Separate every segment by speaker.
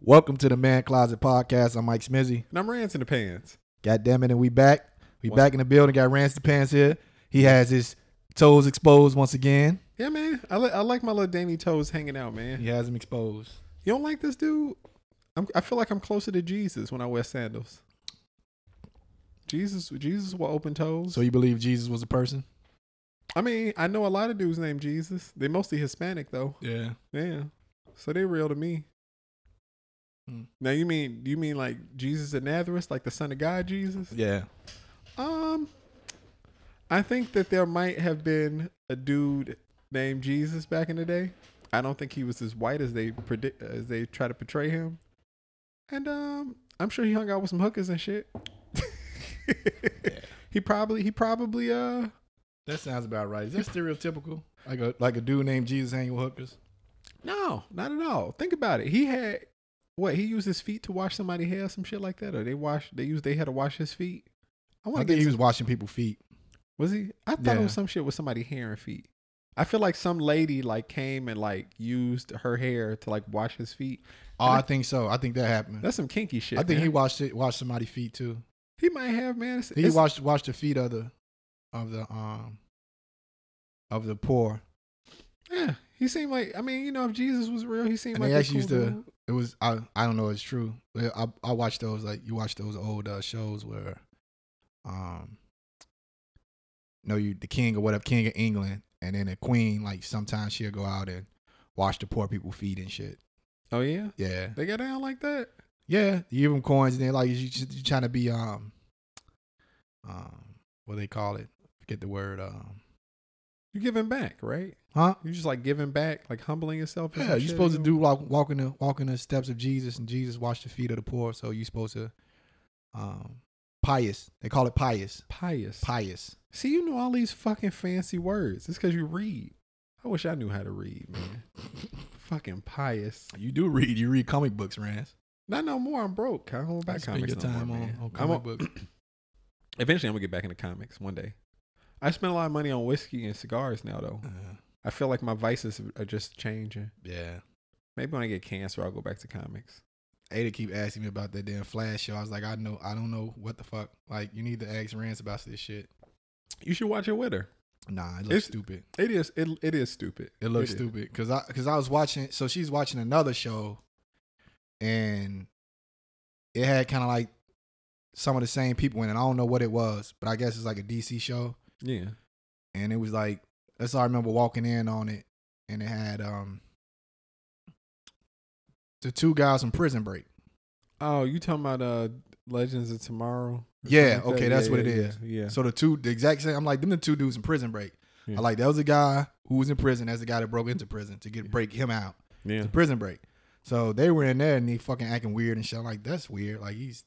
Speaker 1: Welcome to the Man Closet Podcast. I'm Mike Smizzy.
Speaker 2: And I'm Rance in the Pants.
Speaker 1: God damn it, and we back. We back in the building. Got Rance the Pants here. He has his toes exposed once again.
Speaker 2: Yeah, man. I, li- I like my little dainty toes hanging out, man.
Speaker 1: He has them exposed.
Speaker 2: You don't like this dude? I'm, I feel like I'm closer to Jesus when I wear sandals. Jesus, Jesus wore open toes.
Speaker 1: So you believe Jesus was a person?
Speaker 2: I mean, I know a lot of dudes named Jesus. They mostly Hispanic though.
Speaker 1: Yeah.
Speaker 2: Yeah, so they real to me.
Speaker 1: Hmm.
Speaker 2: Now you mean you mean like Jesus of Nazareth, like the Son of God, Jesus?
Speaker 1: Yeah.
Speaker 2: Um, I think that there might have been a dude named Jesus back in the day. I don't think he was as white as they predict as they try to portray him. And um, I'm sure he hung out with some hookers and shit. He probably he probably uh
Speaker 1: That sounds about right. Is that stereotypical? Like a like a dude named Jesus hanging with hookers?
Speaker 2: no, not at all. Think about it. He had what he used his feet to wash somebody's hair, some shit like that, or they wash they used they had to wash his feet. I
Speaker 1: I
Speaker 2: want to
Speaker 1: think
Speaker 2: get
Speaker 1: he was washing people's feet.
Speaker 2: Was he? I thought it
Speaker 1: Yeah.
Speaker 2: was some shit with somebody hair and feet. I feel like some lady like came and like used her hair to like wash his feet.
Speaker 1: Oh, I think so. I think that happened.
Speaker 2: That's some kinky shit.
Speaker 1: I think he
Speaker 2: man.
Speaker 1: washed it washed somebody's feet too.
Speaker 2: he might have man. It's,
Speaker 1: He
Speaker 2: it's-
Speaker 1: washed washed the feet of the of the um of the poor.
Speaker 2: yeah. He seemed like I mean you know if Jesus was real he seemed
Speaker 1: And
Speaker 2: like
Speaker 1: they
Speaker 2: a
Speaker 1: actually used
Speaker 2: cool
Speaker 1: to-
Speaker 2: dude.
Speaker 1: It was I I don't know it's true. I I watch those like you watch those old uh, shows where um no you the king or whatever king of England and then the queen like sometimes she'll go out and wash the poor people feet and shit.
Speaker 2: Oh yeah,
Speaker 1: Yeah.
Speaker 2: they got down like that.
Speaker 1: Yeah, you give them coins and then like you you trying to be um um what they call it? Forget the word um
Speaker 2: You giving back, right?
Speaker 1: huh?
Speaker 2: You just like giving back, like humbling yourself. or some
Speaker 1: Yeah,
Speaker 2: shit,
Speaker 1: you're supposed to
Speaker 2: know?
Speaker 1: do like walking the walking the steps of Jesus, and Jesus washed the feet of the poor. So you're supposed to, um, pious. They call it pious.
Speaker 2: pious.
Speaker 1: Pious.
Speaker 2: See, you know all these fucking fancy words. It's because you read. I wish I knew how to read, man. fucking pious.
Speaker 1: You do read. You read comic books, Rance.
Speaker 2: Not no more. I'm broke. I don't buy
Speaker 1: You
Speaker 2: comics.
Speaker 1: spend your
Speaker 2: no more,
Speaker 1: time on,
Speaker 2: man.
Speaker 1: on
Speaker 2: I'm
Speaker 1: comic
Speaker 2: a-
Speaker 1: books.
Speaker 2: Eventually, I'm gonna get back into comics one day. I spend a lot of money on whiskey and cigars now, though.
Speaker 1: Uh,
Speaker 2: I feel like my vices are just changing.
Speaker 1: yeah.
Speaker 2: Maybe when I get cancer, I'll go back to comics.
Speaker 1: Ada keep asking me about that damn Flash show. I was like, I know, I don't know what the fuck. Like, you need to ask Rance about this shit.
Speaker 2: You should watch it with her.
Speaker 1: Nah, it looks
Speaker 2: It's-
Speaker 1: stupid.
Speaker 2: It is. It, it is stupid.
Speaker 1: It looks
Speaker 2: is.
Speaker 1: stupid because I because I was watching. So she's watching another show, and it had kind of like some of the same people in it. I don't know what it was, but I guess it's like a DC show,
Speaker 2: Yeah.
Speaker 1: and it was like that's all I remember walking in on it, and it had um the two guys from Prison Break.
Speaker 2: Oh, you talking about uh Legends of Tomorrow? or
Speaker 1: Yeah,
Speaker 2: something like
Speaker 1: okay,
Speaker 2: that?
Speaker 1: that's what
Speaker 2: yeah,
Speaker 1: it
Speaker 2: yeah,
Speaker 1: is.
Speaker 2: Yeah.
Speaker 1: So the two the exact same. I'm like them the two dudes in Prison Break.
Speaker 2: Yeah.
Speaker 1: I like that was a guy who was in prison. That's the guy that broke into prison to get break him out.
Speaker 2: yeah.
Speaker 1: to prison break. So they were in there and they fucking acting weird and shit. I'm like, that's weird. Like he's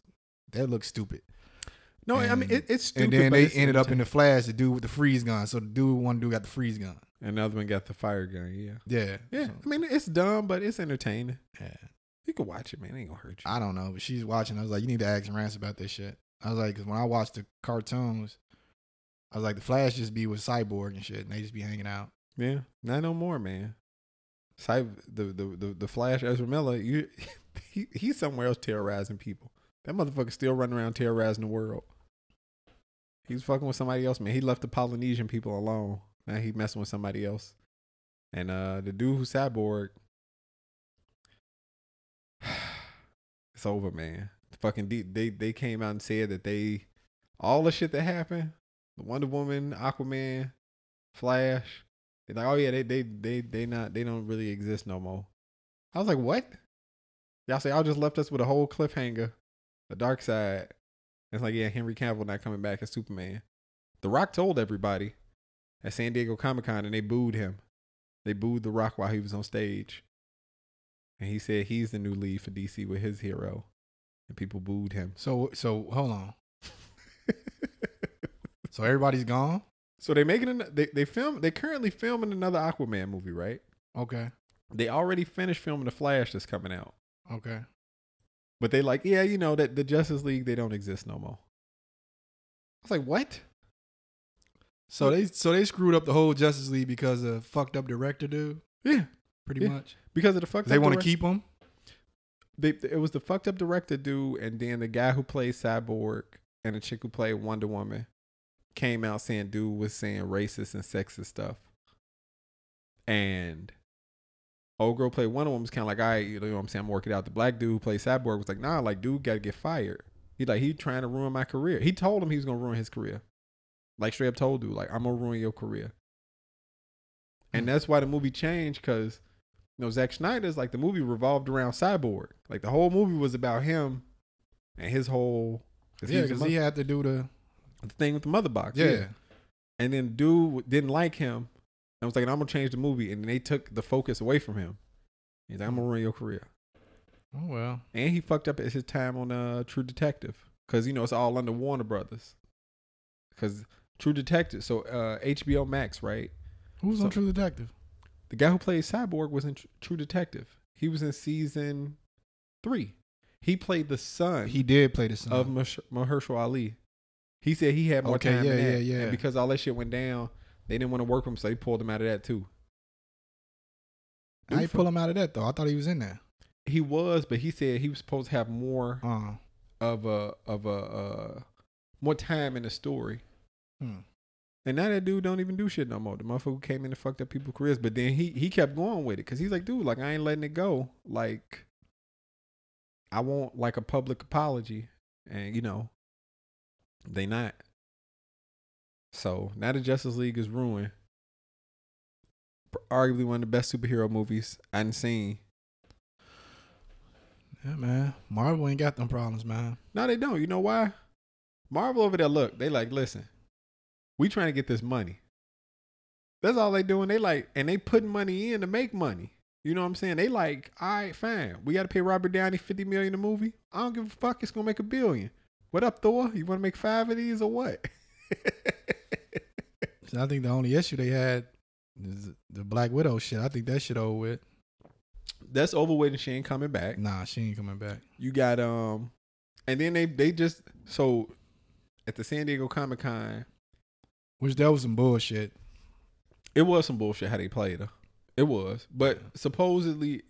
Speaker 1: that looks stupid.
Speaker 2: No, I mean
Speaker 1: and-
Speaker 2: it, it's
Speaker 1: and
Speaker 2: stupid.
Speaker 1: then
Speaker 2: but
Speaker 1: they
Speaker 2: it's
Speaker 1: ended up in the
Speaker 2: entertaining.
Speaker 1: flash, the dude with the freeze gun. So the dude one dude got the freeze gun.
Speaker 2: And the other one got the fire gun. Yeah.
Speaker 1: Yeah.
Speaker 2: Yeah.
Speaker 1: So,
Speaker 2: I mean it's dumb, but it's entertaining.
Speaker 1: yeah.
Speaker 2: You can watch it, man. It ain't gonna hurt you.
Speaker 1: I don't know, but she's watching. I was like, you need to ask Rance about this shit. I was like, because when I watched the cartoons, I was like, the Flash just be with Cyborg and shit, and they just be hanging out.
Speaker 2: Yeah, not no more, man. Cy- the, the the the Flash Ezra Miller, you he, he's somewhere else terrorizing people. That motherfucker still running around terrorizing the world. He's fucking with somebody else, man. He left the Polynesian people alone. Now he messing with somebody else. And uh the dude who cyborg, it's over, man. Fucking de- they they came out and said that they all the shit that happened, the Wonder Woman, Aquaman, Flash, they're like, oh yeah, they they they they not they don't really exist no more. I was like, what? Y'all say y'all just left us with a whole cliffhanger, the dark side. It's like, yeah, Henry Cavill not coming back as Superman. The Rock told everybody at San Diego Comic Con, and they booed him. They booed The Rock while he was on stage, and he said he's the new lead for DC with his hero, and people booed him.
Speaker 1: So so hold on. So everybody's gone.
Speaker 2: so they making an, they they film they currently filming another Aquaman movie, right?
Speaker 1: Okay.
Speaker 2: They already finished filming The Flash that's coming out.
Speaker 1: Okay.
Speaker 2: But they like, yeah, you know that the Justice League they don't exist no more. I was like, what?
Speaker 1: So they so they screwed up the whole Justice League because of fucked up director dude.
Speaker 2: Yeah,
Speaker 1: pretty
Speaker 2: Yeah.
Speaker 1: much.
Speaker 2: because of the fuck
Speaker 1: They want to keep him.
Speaker 2: they, it was the fucked up director dude, and then the guy who played Cyborg and the chick who played Wonder Woman came out saying dude was saying racist and sexist stuff. And old girl played Wonder Woman was kind of like, I, you know what I'm saying, I'm working out. The black dude who played Cyborg was like, nah, like dude got to get fired. He like he trying to ruin my career. He told him he was gonna ruin his career. Like straight up told dude, like I'm gonna ruin your career.
Speaker 1: Hmm.
Speaker 2: And that's why the movie changed because you know Zack Snyder's like the movie revolved around Cyborg. Like the whole movie was about him and his whole cause
Speaker 1: yeah,
Speaker 2: was a
Speaker 1: because he
Speaker 2: mother-
Speaker 1: had to do the
Speaker 2: the thing with the mother box.
Speaker 1: yeah.
Speaker 2: And then dude didn't like him and was like, I'm gonna change the movie. And then they took the focus away from him. He's like, I'm gonna ruin your career.
Speaker 1: Oh well,
Speaker 2: And he fucked up at his time on uh, True Detective because you know it's all under Warner Brothers. Because True Detective, so uh, HBO Max, right?
Speaker 1: who's on
Speaker 2: So-
Speaker 1: True Detective?
Speaker 2: The guy who played Cyborg was in Tr- True Detective. He was in season three. He played the son
Speaker 1: Uh, He did play the son.
Speaker 2: of Mash- Mahershala Ali. He said he had
Speaker 1: Uh-huh.
Speaker 2: more
Speaker 1: Okay,
Speaker 2: time.
Speaker 1: yeah,
Speaker 2: than that.
Speaker 1: yeah, yeah.
Speaker 2: And because all that shit went down, they didn't want to work with him, so they pulled him out of that too.
Speaker 1: I
Speaker 2: Dude
Speaker 1: pull him out of that though. I thought he was in there.
Speaker 2: He was, but he said he was supposed to have more
Speaker 1: Uh,
Speaker 2: of a of a uh, more time in the story.
Speaker 1: Hmm.
Speaker 2: And now that dude don't even do shit no more. The motherfucker came in and fucked up people's careers, but then he he kept going with it because he's like, dude, like I ain't letting it go. Like I want like a public apology, and you know they not. So now the Justice League is ruined. Arguably one of the best superhero movies I've seen.
Speaker 1: yeah, man. Marvel ain't got them problems, man.
Speaker 2: No, they don't. You know why? Marvel over there, look, they like, listen, we trying to get this money. That's all they doing. They like, and they putting money in to make money. You know what I'm saying? They like, all right, fine. We got to pay Robert Downey 50 million a movie. I don't give a fuck. It's gonna make a billion. What up, Thor? You want to make five of these or what?
Speaker 1: So I think the only issue they had is the Black Widow shit. I think that shit over with.
Speaker 2: That's over with, and she ain't coming back.
Speaker 1: Nah, she ain't coming back.
Speaker 2: You got um, and then they they just so at the San Diego Comic Con,
Speaker 1: Which that was some bullshit.
Speaker 2: It was some bullshit how they played her. It was. But supposedly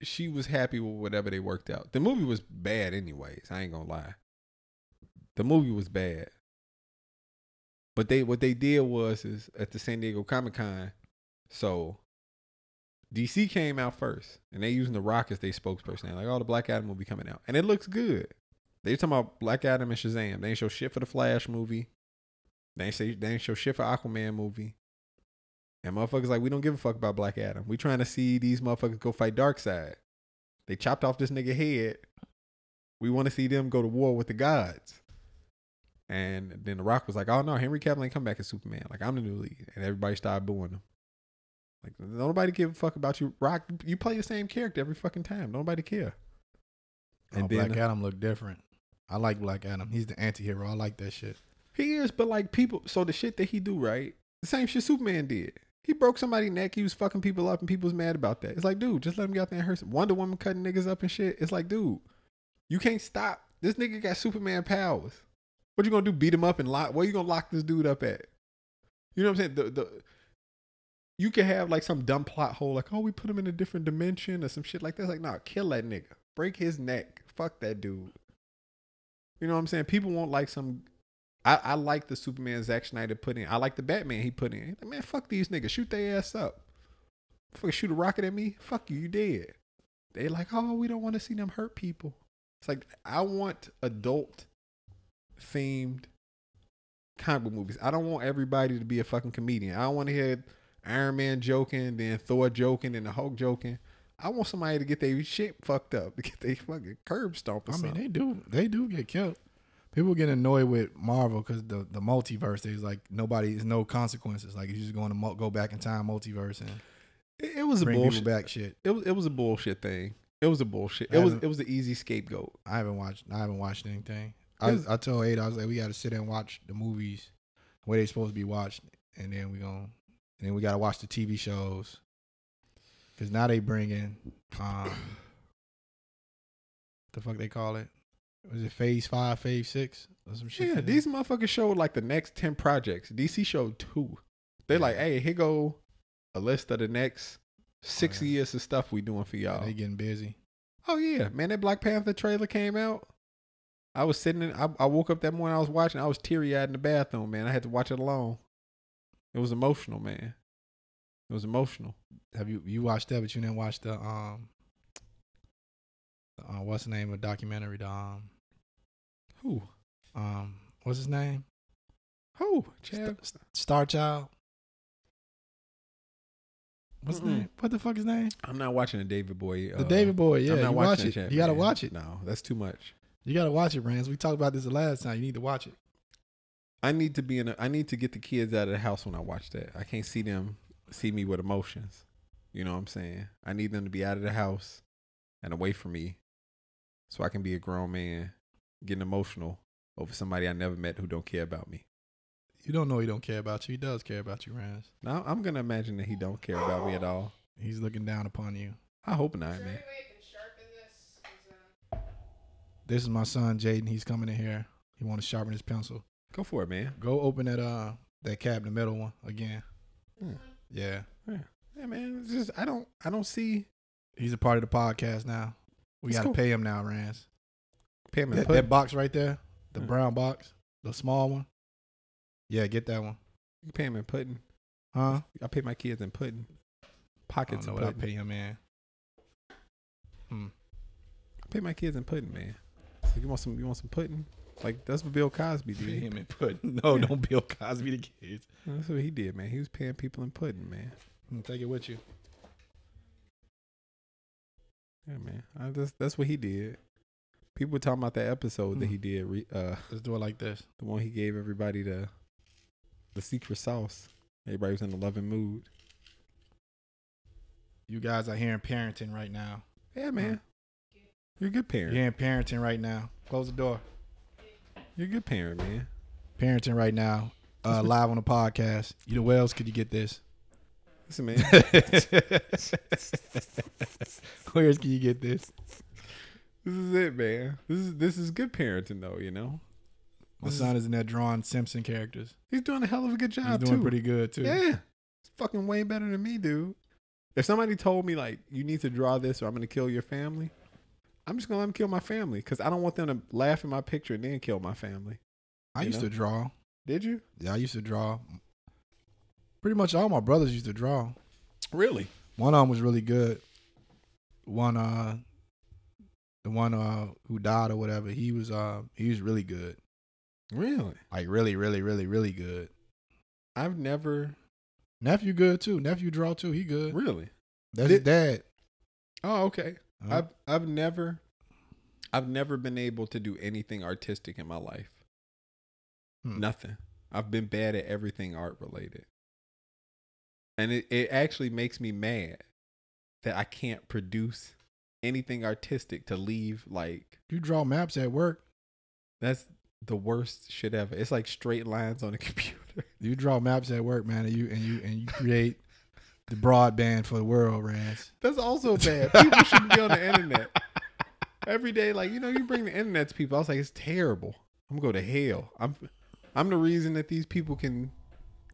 Speaker 2: she was happy with whatever they worked out. The movie was bad anyways, I ain't gonna lie. The movie was bad. But they what they did was is at the San Diego Comic Con, so DC came out first and they using the Rock as their spokesperson. They're like, oh the Black Adam movie coming out. And it looks good. They talking about Black Adam and Shazam. They ain't show shit for the Flash movie. They ain't say they ain't show shit for Aquaman movie. And motherfuckers like, we don't give a fuck about Black Adam. We trying to see these motherfuckers go fight Darkseid. They chopped off this nigga head. We want to see them go to war with the gods. And then The Rock was like, oh no, Henry Cavill ain't come back as Superman. Like, I'm the new lead. And everybody started booing him. Like, nobody give a fuck about you. Rock, you play the same character every fucking time. Nobody care.
Speaker 1: And
Speaker 2: And then-
Speaker 1: Oh, Black Adam looked different. I like Black Adam. He's the anti-hero. I like that shit.
Speaker 2: He is, but like people, so the shit that he do, right? The same shit Superman did. He broke somebody's neck. He was fucking people up, and people's mad about that. It's like, dude, just let him get out there and hurt. Some. Wonder Woman cutting niggas up and shit. It's like, dude, you can't stop. This nigga got Superman powers. What you gonna do? Beat him up and lock? Where you gonna lock this dude up at? You know what I'm saying? The the you could have like some dumb plot hole, like oh we put him in a different dimension or some shit like that. It's like, nah, kill that nigga, break his neck, fuck that dude. You know what I'm saying? People want like some I, I like the Superman Zack Snyder put in. I like the Batman he put in. Like, man, fuck these niggas. Shoot their ass up. Fuck, shoot a rocket at me. Fuck you. You dead. They like, oh, we don't want to see them hurt people. It's like I want adult themed comic book movies. I don't want everybody to be a fucking comedian. I don't want to hear Iron Man joking, then Thor joking, and the Hulk joking. I want somebody to get their shit fucked up, to get their fucking curb stomped. Or
Speaker 1: I mean,
Speaker 2: something.
Speaker 1: they do. They do get killed. People get annoyed with Marvel because the the multiverse. There's like nobody. There's no consequences. Like you just going to mul- go back in time, multiverse, and
Speaker 2: it, it was a
Speaker 1: bring
Speaker 2: bullshit.
Speaker 1: people back. Shit.
Speaker 2: It was it was a bullshit thing. It was a bullshit.
Speaker 1: I
Speaker 2: It was
Speaker 1: haven't-
Speaker 2: it was an easy scapegoat.
Speaker 1: I haven't watched. I haven't watched anything.
Speaker 2: It
Speaker 1: I
Speaker 2: was-
Speaker 1: I told Ada I was like, we got to sit and watch the movies where they supposed to be watched, and then we going and then we got to watch the TV shows because now they bring in um, the fuck they call it. Was it Phase Five, Phase Six, or some shit?
Speaker 2: Yeah,
Speaker 1: like that?
Speaker 2: these motherfuckers showed like the next ten projects. DC showed two. They like, hey, here go a list of the next six
Speaker 1: yeah.
Speaker 2: years of stuff we doing for y'all.
Speaker 1: they getting busy.
Speaker 2: Oh yeah, man, that Black Panther trailer came out. I was sitting in I, I woke up that morning, I was watching, I was teary eyed in the bathroom, man. I had to watch it alone. It was emotional, man. It was emotional.
Speaker 1: Have you you watched that, but you didn't watch the um, the, uh, what's the name of the documentary? The, um,
Speaker 2: Who?
Speaker 1: um, what's his name?
Speaker 2: Who? Chad?
Speaker 1: St- Star Child. What's his
Speaker 2: Mm-mm.
Speaker 1: name? What the fuck his name?
Speaker 2: I'm not watching the David Boy.
Speaker 1: the David Boy. Yeah,
Speaker 2: I'm
Speaker 1: you
Speaker 2: not
Speaker 1: watch
Speaker 2: watching
Speaker 1: it.
Speaker 2: that shit,
Speaker 1: you gotta
Speaker 2: man.
Speaker 1: watch it.
Speaker 2: No, that's too much.
Speaker 1: You gotta watch it, Brands. We talked about this the last time. You need to watch it.
Speaker 2: I need to be in. A, I need to get the kids out of the house when I watch that. I can't see them see me with emotions. You know what I'm saying? I need them to be out of the house and away from me, so I can be a grown man getting emotional over somebody I never met who don't care about me.
Speaker 1: You don't know he don't care about you. He does care about you, Brands.
Speaker 2: Now I'm gonna imagine that he don't care about me at all.
Speaker 1: He's looking down upon you.
Speaker 2: I hope not, man.
Speaker 1: This is my son, Jaden. He's coming in here. He want to sharpen his pencil.
Speaker 2: Go for it, man.
Speaker 1: Go open that uh that cabinet metal one again.
Speaker 2: Hmm.
Speaker 1: Yeah,
Speaker 2: Yeah, man. It's just I don't. I don't see
Speaker 1: he's a part of the podcast now. We
Speaker 2: It's
Speaker 1: gotta
Speaker 2: cool.
Speaker 1: pay him now, Rands.
Speaker 2: Pam and
Speaker 1: That,
Speaker 2: Puddin'.
Speaker 1: that box right there, the
Speaker 2: Hmm.
Speaker 1: brown box, the small one. Yeah, get that one.
Speaker 2: Pam and pudding.
Speaker 1: Huh?
Speaker 2: I pay my kids in pudding.
Speaker 1: I don't
Speaker 2: Pockets
Speaker 1: know
Speaker 2: of
Speaker 1: what I
Speaker 2: pudding.
Speaker 1: pay him in. Hmm.
Speaker 2: I pay my kids in pudding, man. So you want some? You want some pudding? Like that's what Bill Cosby
Speaker 1: Pay
Speaker 2: did.
Speaker 1: him and put no, don't Bill Cosby the kids.
Speaker 2: That's what he did, man. He was paying people in pudding, man.
Speaker 1: Hmm, Take it with you.
Speaker 2: Yeah, man. I just that's what he did. People were talking about that episode
Speaker 1: Mm.
Speaker 2: that he did. Re, uh,
Speaker 1: Let's do it like this.
Speaker 2: the one he gave everybody the the secret sauce. Everybody was in a loving mood.
Speaker 1: You guys are hearing parenting right now.
Speaker 2: Yeah,
Speaker 1: Mm.
Speaker 2: man. You're a good
Speaker 1: You're
Speaker 2: parent.
Speaker 1: hearing parenting right now. Close the door.
Speaker 2: You're a good parent, man.
Speaker 1: Parenting right now. Uh, live on the podcast. You know where else could you get this?
Speaker 2: Listen, man.
Speaker 1: Where else can you get this?
Speaker 2: this is it, man. This is this is good parenting, though. You know,
Speaker 1: My
Speaker 2: This is-
Speaker 1: son is in there drawing Simpson characters.
Speaker 2: he's doing a hell of a good
Speaker 1: He's
Speaker 2: job
Speaker 1: doing
Speaker 2: too.
Speaker 1: pretty good too.
Speaker 2: Yeah. It's fucking way better than me, dude. If somebody told me like you need to draw this or I'm gonna kill your family, I'm just gonna let them kill my family because I don't want them to laugh at my picture and then kill my family.
Speaker 1: I
Speaker 2: You
Speaker 1: used
Speaker 2: know?
Speaker 1: to draw.
Speaker 2: Did you?
Speaker 1: Yeah, I used to draw. Pretty much all my brothers used to draw.
Speaker 2: Really?
Speaker 1: One of them was really good. One uh the one uh who died or whatever, he was uh he was really good.
Speaker 2: Really?
Speaker 1: Like really, really, really, really good.
Speaker 2: I've never
Speaker 1: Nephew good too. Nephew draw too. He good.
Speaker 2: really.
Speaker 1: That's his dad. Uh,
Speaker 2: Oh, okay.
Speaker 1: Huh?
Speaker 2: I've I've never I've never been able to do anything artistic in my life.
Speaker 1: Hmm.
Speaker 2: Nothing. I've been bad at everything art related. And it, it actually makes me mad that I can't produce anything artistic to leave like
Speaker 1: you draw maps at work.
Speaker 2: that's the worst shit ever. It's like straight lines on a computer.
Speaker 1: You draw maps at work, man, and you and you and you create the broadband for the world, Rance.
Speaker 2: That's also bad. People shouldn't be on the internet. Every day, like, you know, you bring the internet to people. I was like, it's terrible. I'm gonna go to hell. I'm I'm the reason that these people can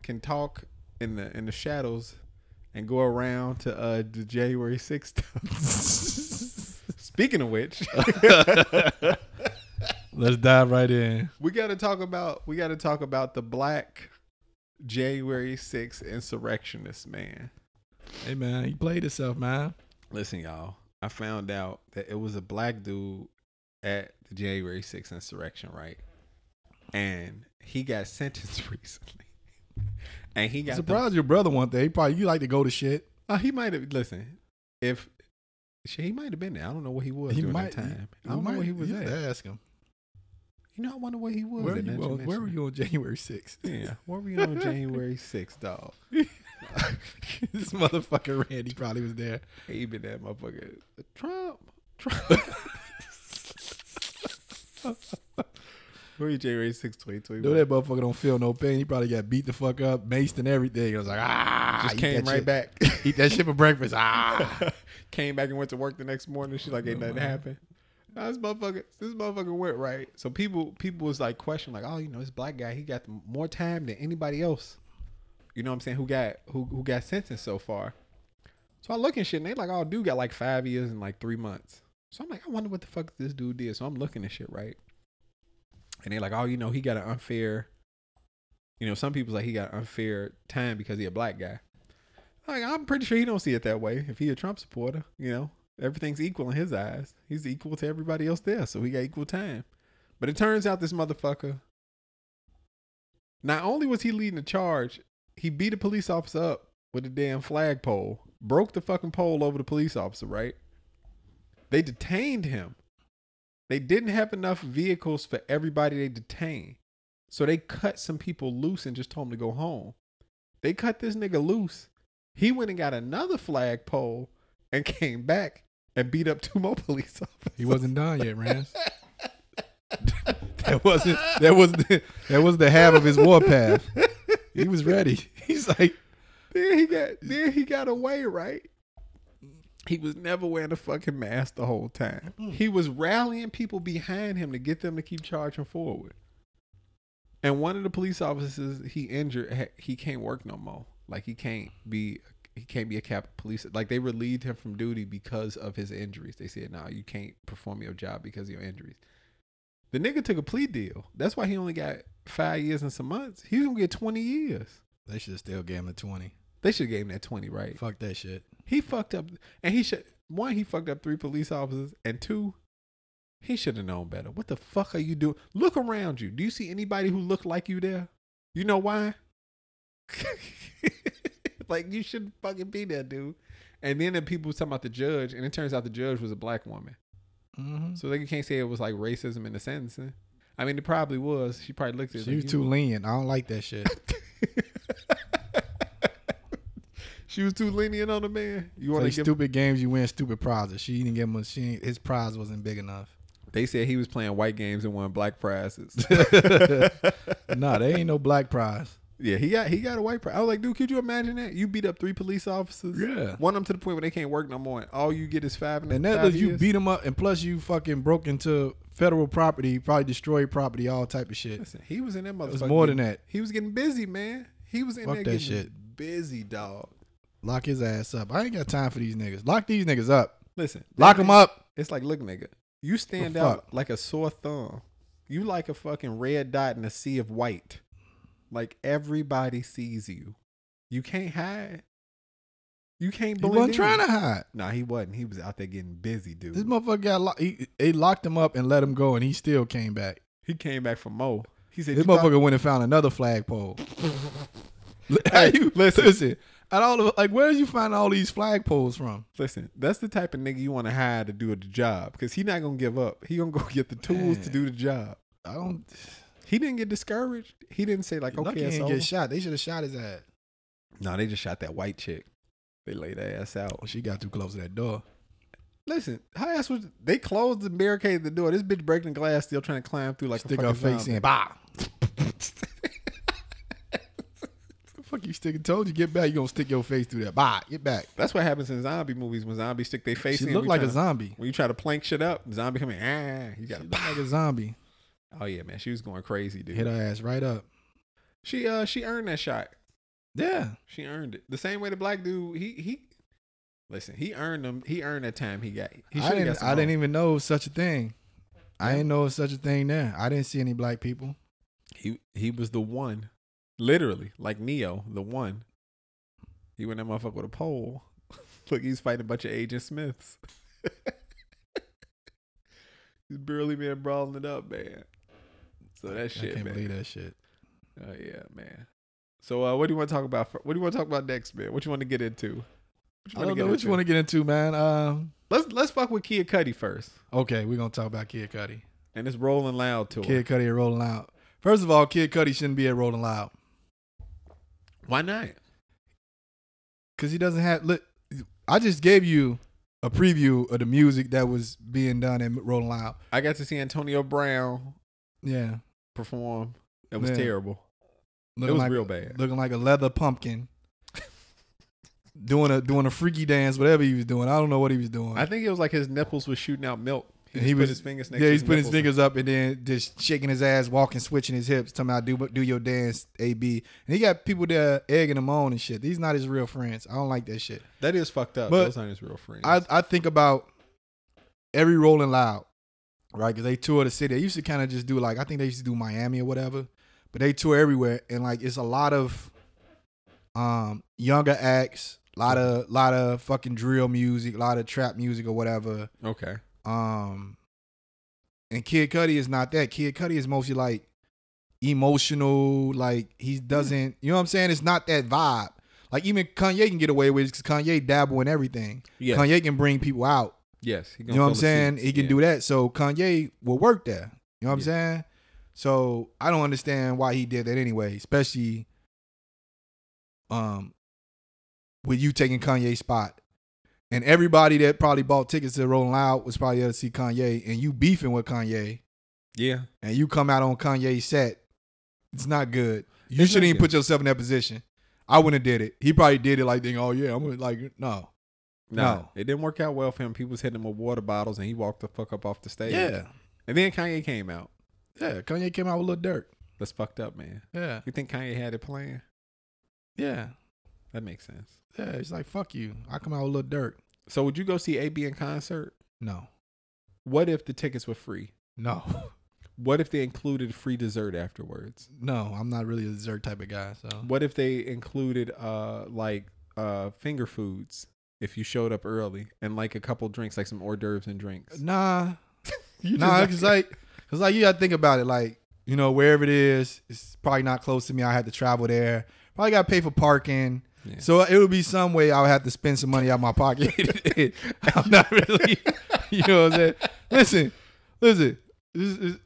Speaker 2: can talk in the in the shadows and go around to uh the January sixth. Speaking of which,
Speaker 1: Let's dive right in.
Speaker 2: we gotta talk about we gotta talk about the black January sixth insurrectionist man.
Speaker 1: Hey man, he played himself, man.
Speaker 2: Listen, y'all. I found out that it was a black dude at the January 6th insurrection, right? And he got sentenced recently. And he got the-
Speaker 1: Surprise your brother one day. He probably you like to go to shit.
Speaker 2: Oh, he might have listen. If shit, he might have been there. I don't know where he was
Speaker 1: He
Speaker 2: during
Speaker 1: might.
Speaker 2: that time.
Speaker 1: he
Speaker 2: I don't know
Speaker 1: might-
Speaker 2: where he was
Speaker 1: you
Speaker 2: at.
Speaker 1: gotta Ask him.
Speaker 2: You know, I wonder where he was.
Speaker 1: Where,
Speaker 2: at,
Speaker 1: you,
Speaker 2: now that
Speaker 1: on- where
Speaker 2: mention
Speaker 1: were
Speaker 2: it.
Speaker 1: you on January 6th?
Speaker 2: Yeah, where were you on January 6th, dog?
Speaker 1: this motherfucker Randy probably was there.
Speaker 2: He been that motherfucker. Trump. Trump. Where you January 6th,
Speaker 1: Know
Speaker 2: 2021?
Speaker 1: that motherfucker don't feel no pain. He probably got beat the fuck up, maced and everything. I was like, ah,
Speaker 2: Just
Speaker 1: eat
Speaker 2: came
Speaker 1: that
Speaker 2: right
Speaker 1: shit.
Speaker 2: back.
Speaker 1: Eat that shit for breakfast. Ah,
Speaker 2: came back and went to work the next morning. She's like, ain't nothing happened. Nah, this motherfucker, this motherfucker went right. So people, people was like questioning, like, oh, you know, this black guy, he got more time than anybody else. You know what I'm saying? Who got who who got sentenced so far? So I look and shit, and they like, oh, dude got like five years and like three months. So I'm like, I wonder what the fuck this dude did. So I'm looking at shit, right? And they're like, oh, you know, he got an unfair, you know, some people's like he got an unfair time because he a black guy. Like, I'm pretty sure he don't see it that way. If he a Trump supporter, you know, everything's equal in his eyes. He's equal to everybody else there, so he got equal time. But it turns out this motherfucker, not only was he leading the charge, he beat a police officer up with a damn flagpole, broke the fucking pole over the police officer, right? They detained him. They didn't have enough vehicles for everybody they detained. So they cut some people loose and just told them to go home. They cut this nigga loose. He went and got another flagpole and came back and beat up two more police officers.
Speaker 1: He wasn't done yet, Rance. that wasn't that was the, that was the half of his warpath. He was ready. He's like,
Speaker 2: Then he got then he got away, right? He was never wearing a fucking mask the whole time. He was rallying people behind him to get them to keep charging forward. And one of the police officers he injured, ha- he can't work no more. Like he can't be he can't be a cap police. Like they relieved him from duty because of his injuries. They said, "Nah, you can't perform your job because of your injuries." The nigga took a plea deal. That's why he only got five years and some months. He's gonna get twenty years.
Speaker 1: they should have still gave him a twenty.
Speaker 2: They should have gave him that twenty, right?
Speaker 1: Fuck that shit.
Speaker 2: He fucked up, and he should one. He fucked up three police officers, and two, he should have known better. What the fuck are you doing? Look around you. Do you see anybody who look like you there? You know why? like you shouldn't fucking be there, dude. And then the people was talking about the judge, and it turns out the judge was a black woman,
Speaker 1: Mm-hmm.
Speaker 2: so like you can't say it was like racism in the sentencing. I mean, it probably was. She probably looked at. it
Speaker 1: She
Speaker 2: like,
Speaker 1: was
Speaker 2: you-
Speaker 1: too lenient. I don't like that shit.
Speaker 2: she was too lenient on the man. You want
Speaker 1: Play
Speaker 2: to give
Speaker 1: stupid games, you win stupid prizes. She didn't give him. A, she ain't- his prize wasn't big enough.
Speaker 2: They said he was playing white games and won black prizes.
Speaker 1: Nah, there ain't no black prize.
Speaker 2: yeah, he got he got a white prize. I was like, dude, could you imagine that? You beat up three police officers.
Speaker 1: Yeah.
Speaker 2: One of them to the point where they can't work no more, and all you get is five and,
Speaker 1: And that
Speaker 2: five
Speaker 1: was you
Speaker 2: years.
Speaker 1: beat him up, and plus you fucking broke into federal property, probably destroyed property, all type of shit.
Speaker 2: Listen, he was in that motherfucker.
Speaker 1: It was more than that.
Speaker 2: He was getting busy, man. He was in
Speaker 1: Fuck
Speaker 2: there
Speaker 1: that
Speaker 2: getting
Speaker 1: shit.
Speaker 2: busy, dog.
Speaker 1: Lock his ass up. I ain't got time for these niggas. Lock these niggas up.
Speaker 2: Listen,
Speaker 1: Lock them up.
Speaker 2: It's like, look, nigga, you stand
Speaker 1: The
Speaker 2: out like a sore thumb. You like a fucking red dot in a sea of white. Like everybody sees you. You can't hide. You can't
Speaker 1: He
Speaker 2: blend.
Speaker 1: wasn't
Speaker 2: in.
Speaker 1: trying to hide.
Speaker 2: Nah, he wasn't. He was out there getting busy, dude.
Speaker 1: This motherfucker got locked. He, they locked him up and let him go, and he still came back.
Speaker 2: he came back from Mo. He said,
Speaker 1: This
Speaker 2: "You thought-
Speaker 1: motherfucker went and found another flagpole.
Speaker 2: Hey,
Speaker 1: you, listen, listen. At all of, like, where did you find all these flagpoles from?
Speaker 2: Listen, that's the type of nigga you want to hire to do the job because he not gonna give up. He gonna go get the tools to
Speaker 1: Man.
Speaker 2: do the job.
Speaker 1: I don't.
Speaker 2: He didn't get discouraged. He didn't say like,
Speaker 1: lucky
Speaker 2: "Okay,
Speaker 1: he
Speaker 2: it's
Speaker 1: didn't
Speaker 2: over."
Speaker 1: get shot. They should have shot his ass.
Speaker 2: no, they just shot that white chick. They laid her ass out.
Speaker 1: Well, Oh, she got too close to that door.
Speaker 2: Listen, her ass was. They closed and barricaded the door. This bitch breaking glass, still trying to climb through like
Speaker 1: Stick
Speaker 2: a
Speaker 1: her
Speaker 2: fucking
Speaker 1: face in. Bah. The fuck you sticking? Told you get back. You gonna stick your face through that? Bah. Get back.
Speaker 2: That's what happens in zombie movies when zombies stick their face
Speaker 1: She
Speaker 2: in.
Speaker 1: looked
Speaker 2: we
Speaker 1: like a
Speaker 2: tryna-
Speaker 1: zombie.
Speaker 2: When you try to plank shit up, zombie coming. Ah, you got
Speaker 1: She
Speaker 2: to.
Speaker 1: looked like a zombie.
Speaker 2: Oh yeah, man, she was going crazy, dude.
Speaker 1: Hit her ass right up.
Speaker 2: She uh she earned that shot.
Speaker 1: Yeah.
Speaker 2: She earned it. The same way the black dude he he listen, he earned them he earned that time he got. He
Speaker 1: I
Speaker 2: shoulda got
Speaker 1: didn't.
Speaker 2: some
Speaker 1: I didn't
Speaker 2: more.
Speaker 1: even know such a thing. I
Speaker 2: Yeah.
Speaker 1: didn't know such a thing there. I didn't see any black people.
Speaker 2: he he was the one. Literally, like Neo, the one. He went that motherfucker with a pole. Look, he's fighting a bunch of Agent Smiths. he's barely man brawling it up, man. So that shit,
Speaker 1: I can't
Speaker 2: man.
Speaker 1: believe that shit.
Speaker 2: Oh yeah, man. So uh, what do you want to talk about? fir- What do you want to talk about next, man? What you want to get into? What
Speaker 1: I
Speaker 2: wanna
Speaker 1: don't
Speaker 2: get
Speaker 1: know what
Speaker 2: into?
Speaker 1: you want to get into, man. Um,
Speaker 2: Let's let's fuck with Kid Cudi first,
Speaker 1: okay, we're gonna talk about Kid Cudi.
Speaker 2: and it's Rolling Loud tour.
Speaker 1: Kid Cudi at Rolling Loud. First of all, Kid Cudi shouldn't be at Rolling Loud
Speaker 2: Why not?
Speaker 1: because he doesn't have. Look, I just gave you a preview of the music that was being done at Rolling Loud.
Speaker 2: I got to see Antonio Brown
Speaker 1: Yeah,
Speaker 2: perform. It was
Speaker 1: Man.
Speaker 2: terrible.
Speaker 1: looking
Speaker 2: it was
Speaker 1: like,
Speaker 2: real bad.
Speaker 1: looking like a leather pumpkin, doing a doing a freaky dance, whatever he was doing. I don't know what he was doing.
Speaker 2: I think it was like his nipples was shooting out milk. He,
Speaker 1: And
Speaker 2: just
Speaker 1: he
Speaker 2: put
Speaker 1: was-
Speaker 2: his fingers next.
Speaker 1: yeah,
Speaker 2: to
Speaker 1: he's putting his
Speaker 2: nipples.
Speaker 1: fingers up and then just shaking his ass, walking, switching his hips, talking about do do your dance, A B. And he got people there egging him on and shit. These not his real friends. I don't like that shit.
Speaker 2: That is fucked up.
Speaker 1: But
Speaker 2: Those aren't his real friends.
Speaker 1: I I think about every Rolling Loud, right? Because they tour the city. They used to kind of just do like I think they used to do Miami or whatever, but they tour everywhere, and like it's a lot of um younger acts, lot of lot of fucking drill music, a lot of trap music or whatever.
Speaker 2: Okay.
Speaker 1: Um, and Kid Cudi is not that. Kid Cudi is mostly like emotional. Like he doesn't, you know what I'm saying? It's not that vibe. Like even Kanye can get away with it because Kanye dabble in everything.
Speaker 2: Yes.
Speaker 1: Kanye can bring people out.
Speaker 2: Yes. He
Speaker 1: You know what I'm
Speaker 2: fill the
Speaker 1: saying?
Speaker 2: seats.
Speaker 1: He can
Speaker 2: Yeah.
Speaker 1: do that. So Kanye will work there. You know what I'm
Speaker 2: Yeah.
Speaker 1: saying? So I don't understand why he did that anyway, especially um with you taking Kanye's spot. And everybody that probably bought tickets to Rolling Loud was probably there to see Kanye and you beefing with Kanye
Speaker 2: Yeah.
Speaker 1: and you come out on Kanye's set. It's not good. You
Speaker 2: It's not
Speaker 1: shouldn't even
Speaker 2: good.
Speaker 1: put yourself in that position. I wouldn't have did it. He probably did it like thinking, oh yeah, I'm gonna like no.
Speaker 2: Nah,
Speaker 1: No.
Speaker 2: It didn't work out well for him. People was hitting him with water bottles and he walked the fuck up off the stage.
Speaker 1: Yeah.
Speaker 2: And then Kanye came out.
Speaker 1: Yeah. Kanye came out with Lil Durk.
Speaker 2: That's fucked up, man.
Speaker 1: Yeah.
Speaker 2: You think Kanye had it planned?
Speaker 1: Yeah.
Speaker 2: That makes sense.
Speaker 1: Yeah, it's like fuck you. I come out with Lil Durk.
Speaker 2: So would you go see AB in concert?
Speaker 1: No,
Speaker 2: What if the tickets were free?
Speaker 1: no,
Speaker 2: What if they included free dessert afterwards?
Speaker 1: no. I'm not really a dessert type of guy. So
Speaker 2: What if they included uh like uh finger foods if you showed up early and like a couple drinks, like some hors d'oeuvres and drinks?
Speaker 1: nah,
Speaker 2: You just
Speaker 1: nah. Cause like, cause like you gotta think about it. Like you know, wherever it is, it's probably not close to me. I had to travel there. Probably gotta pay for parking.
Speaker 2: Yeah.
Speaker 1: So it would be some way I would have to spend some money out of my pocket. I'm not really, you know what I'm saying. Listen, listen. This is,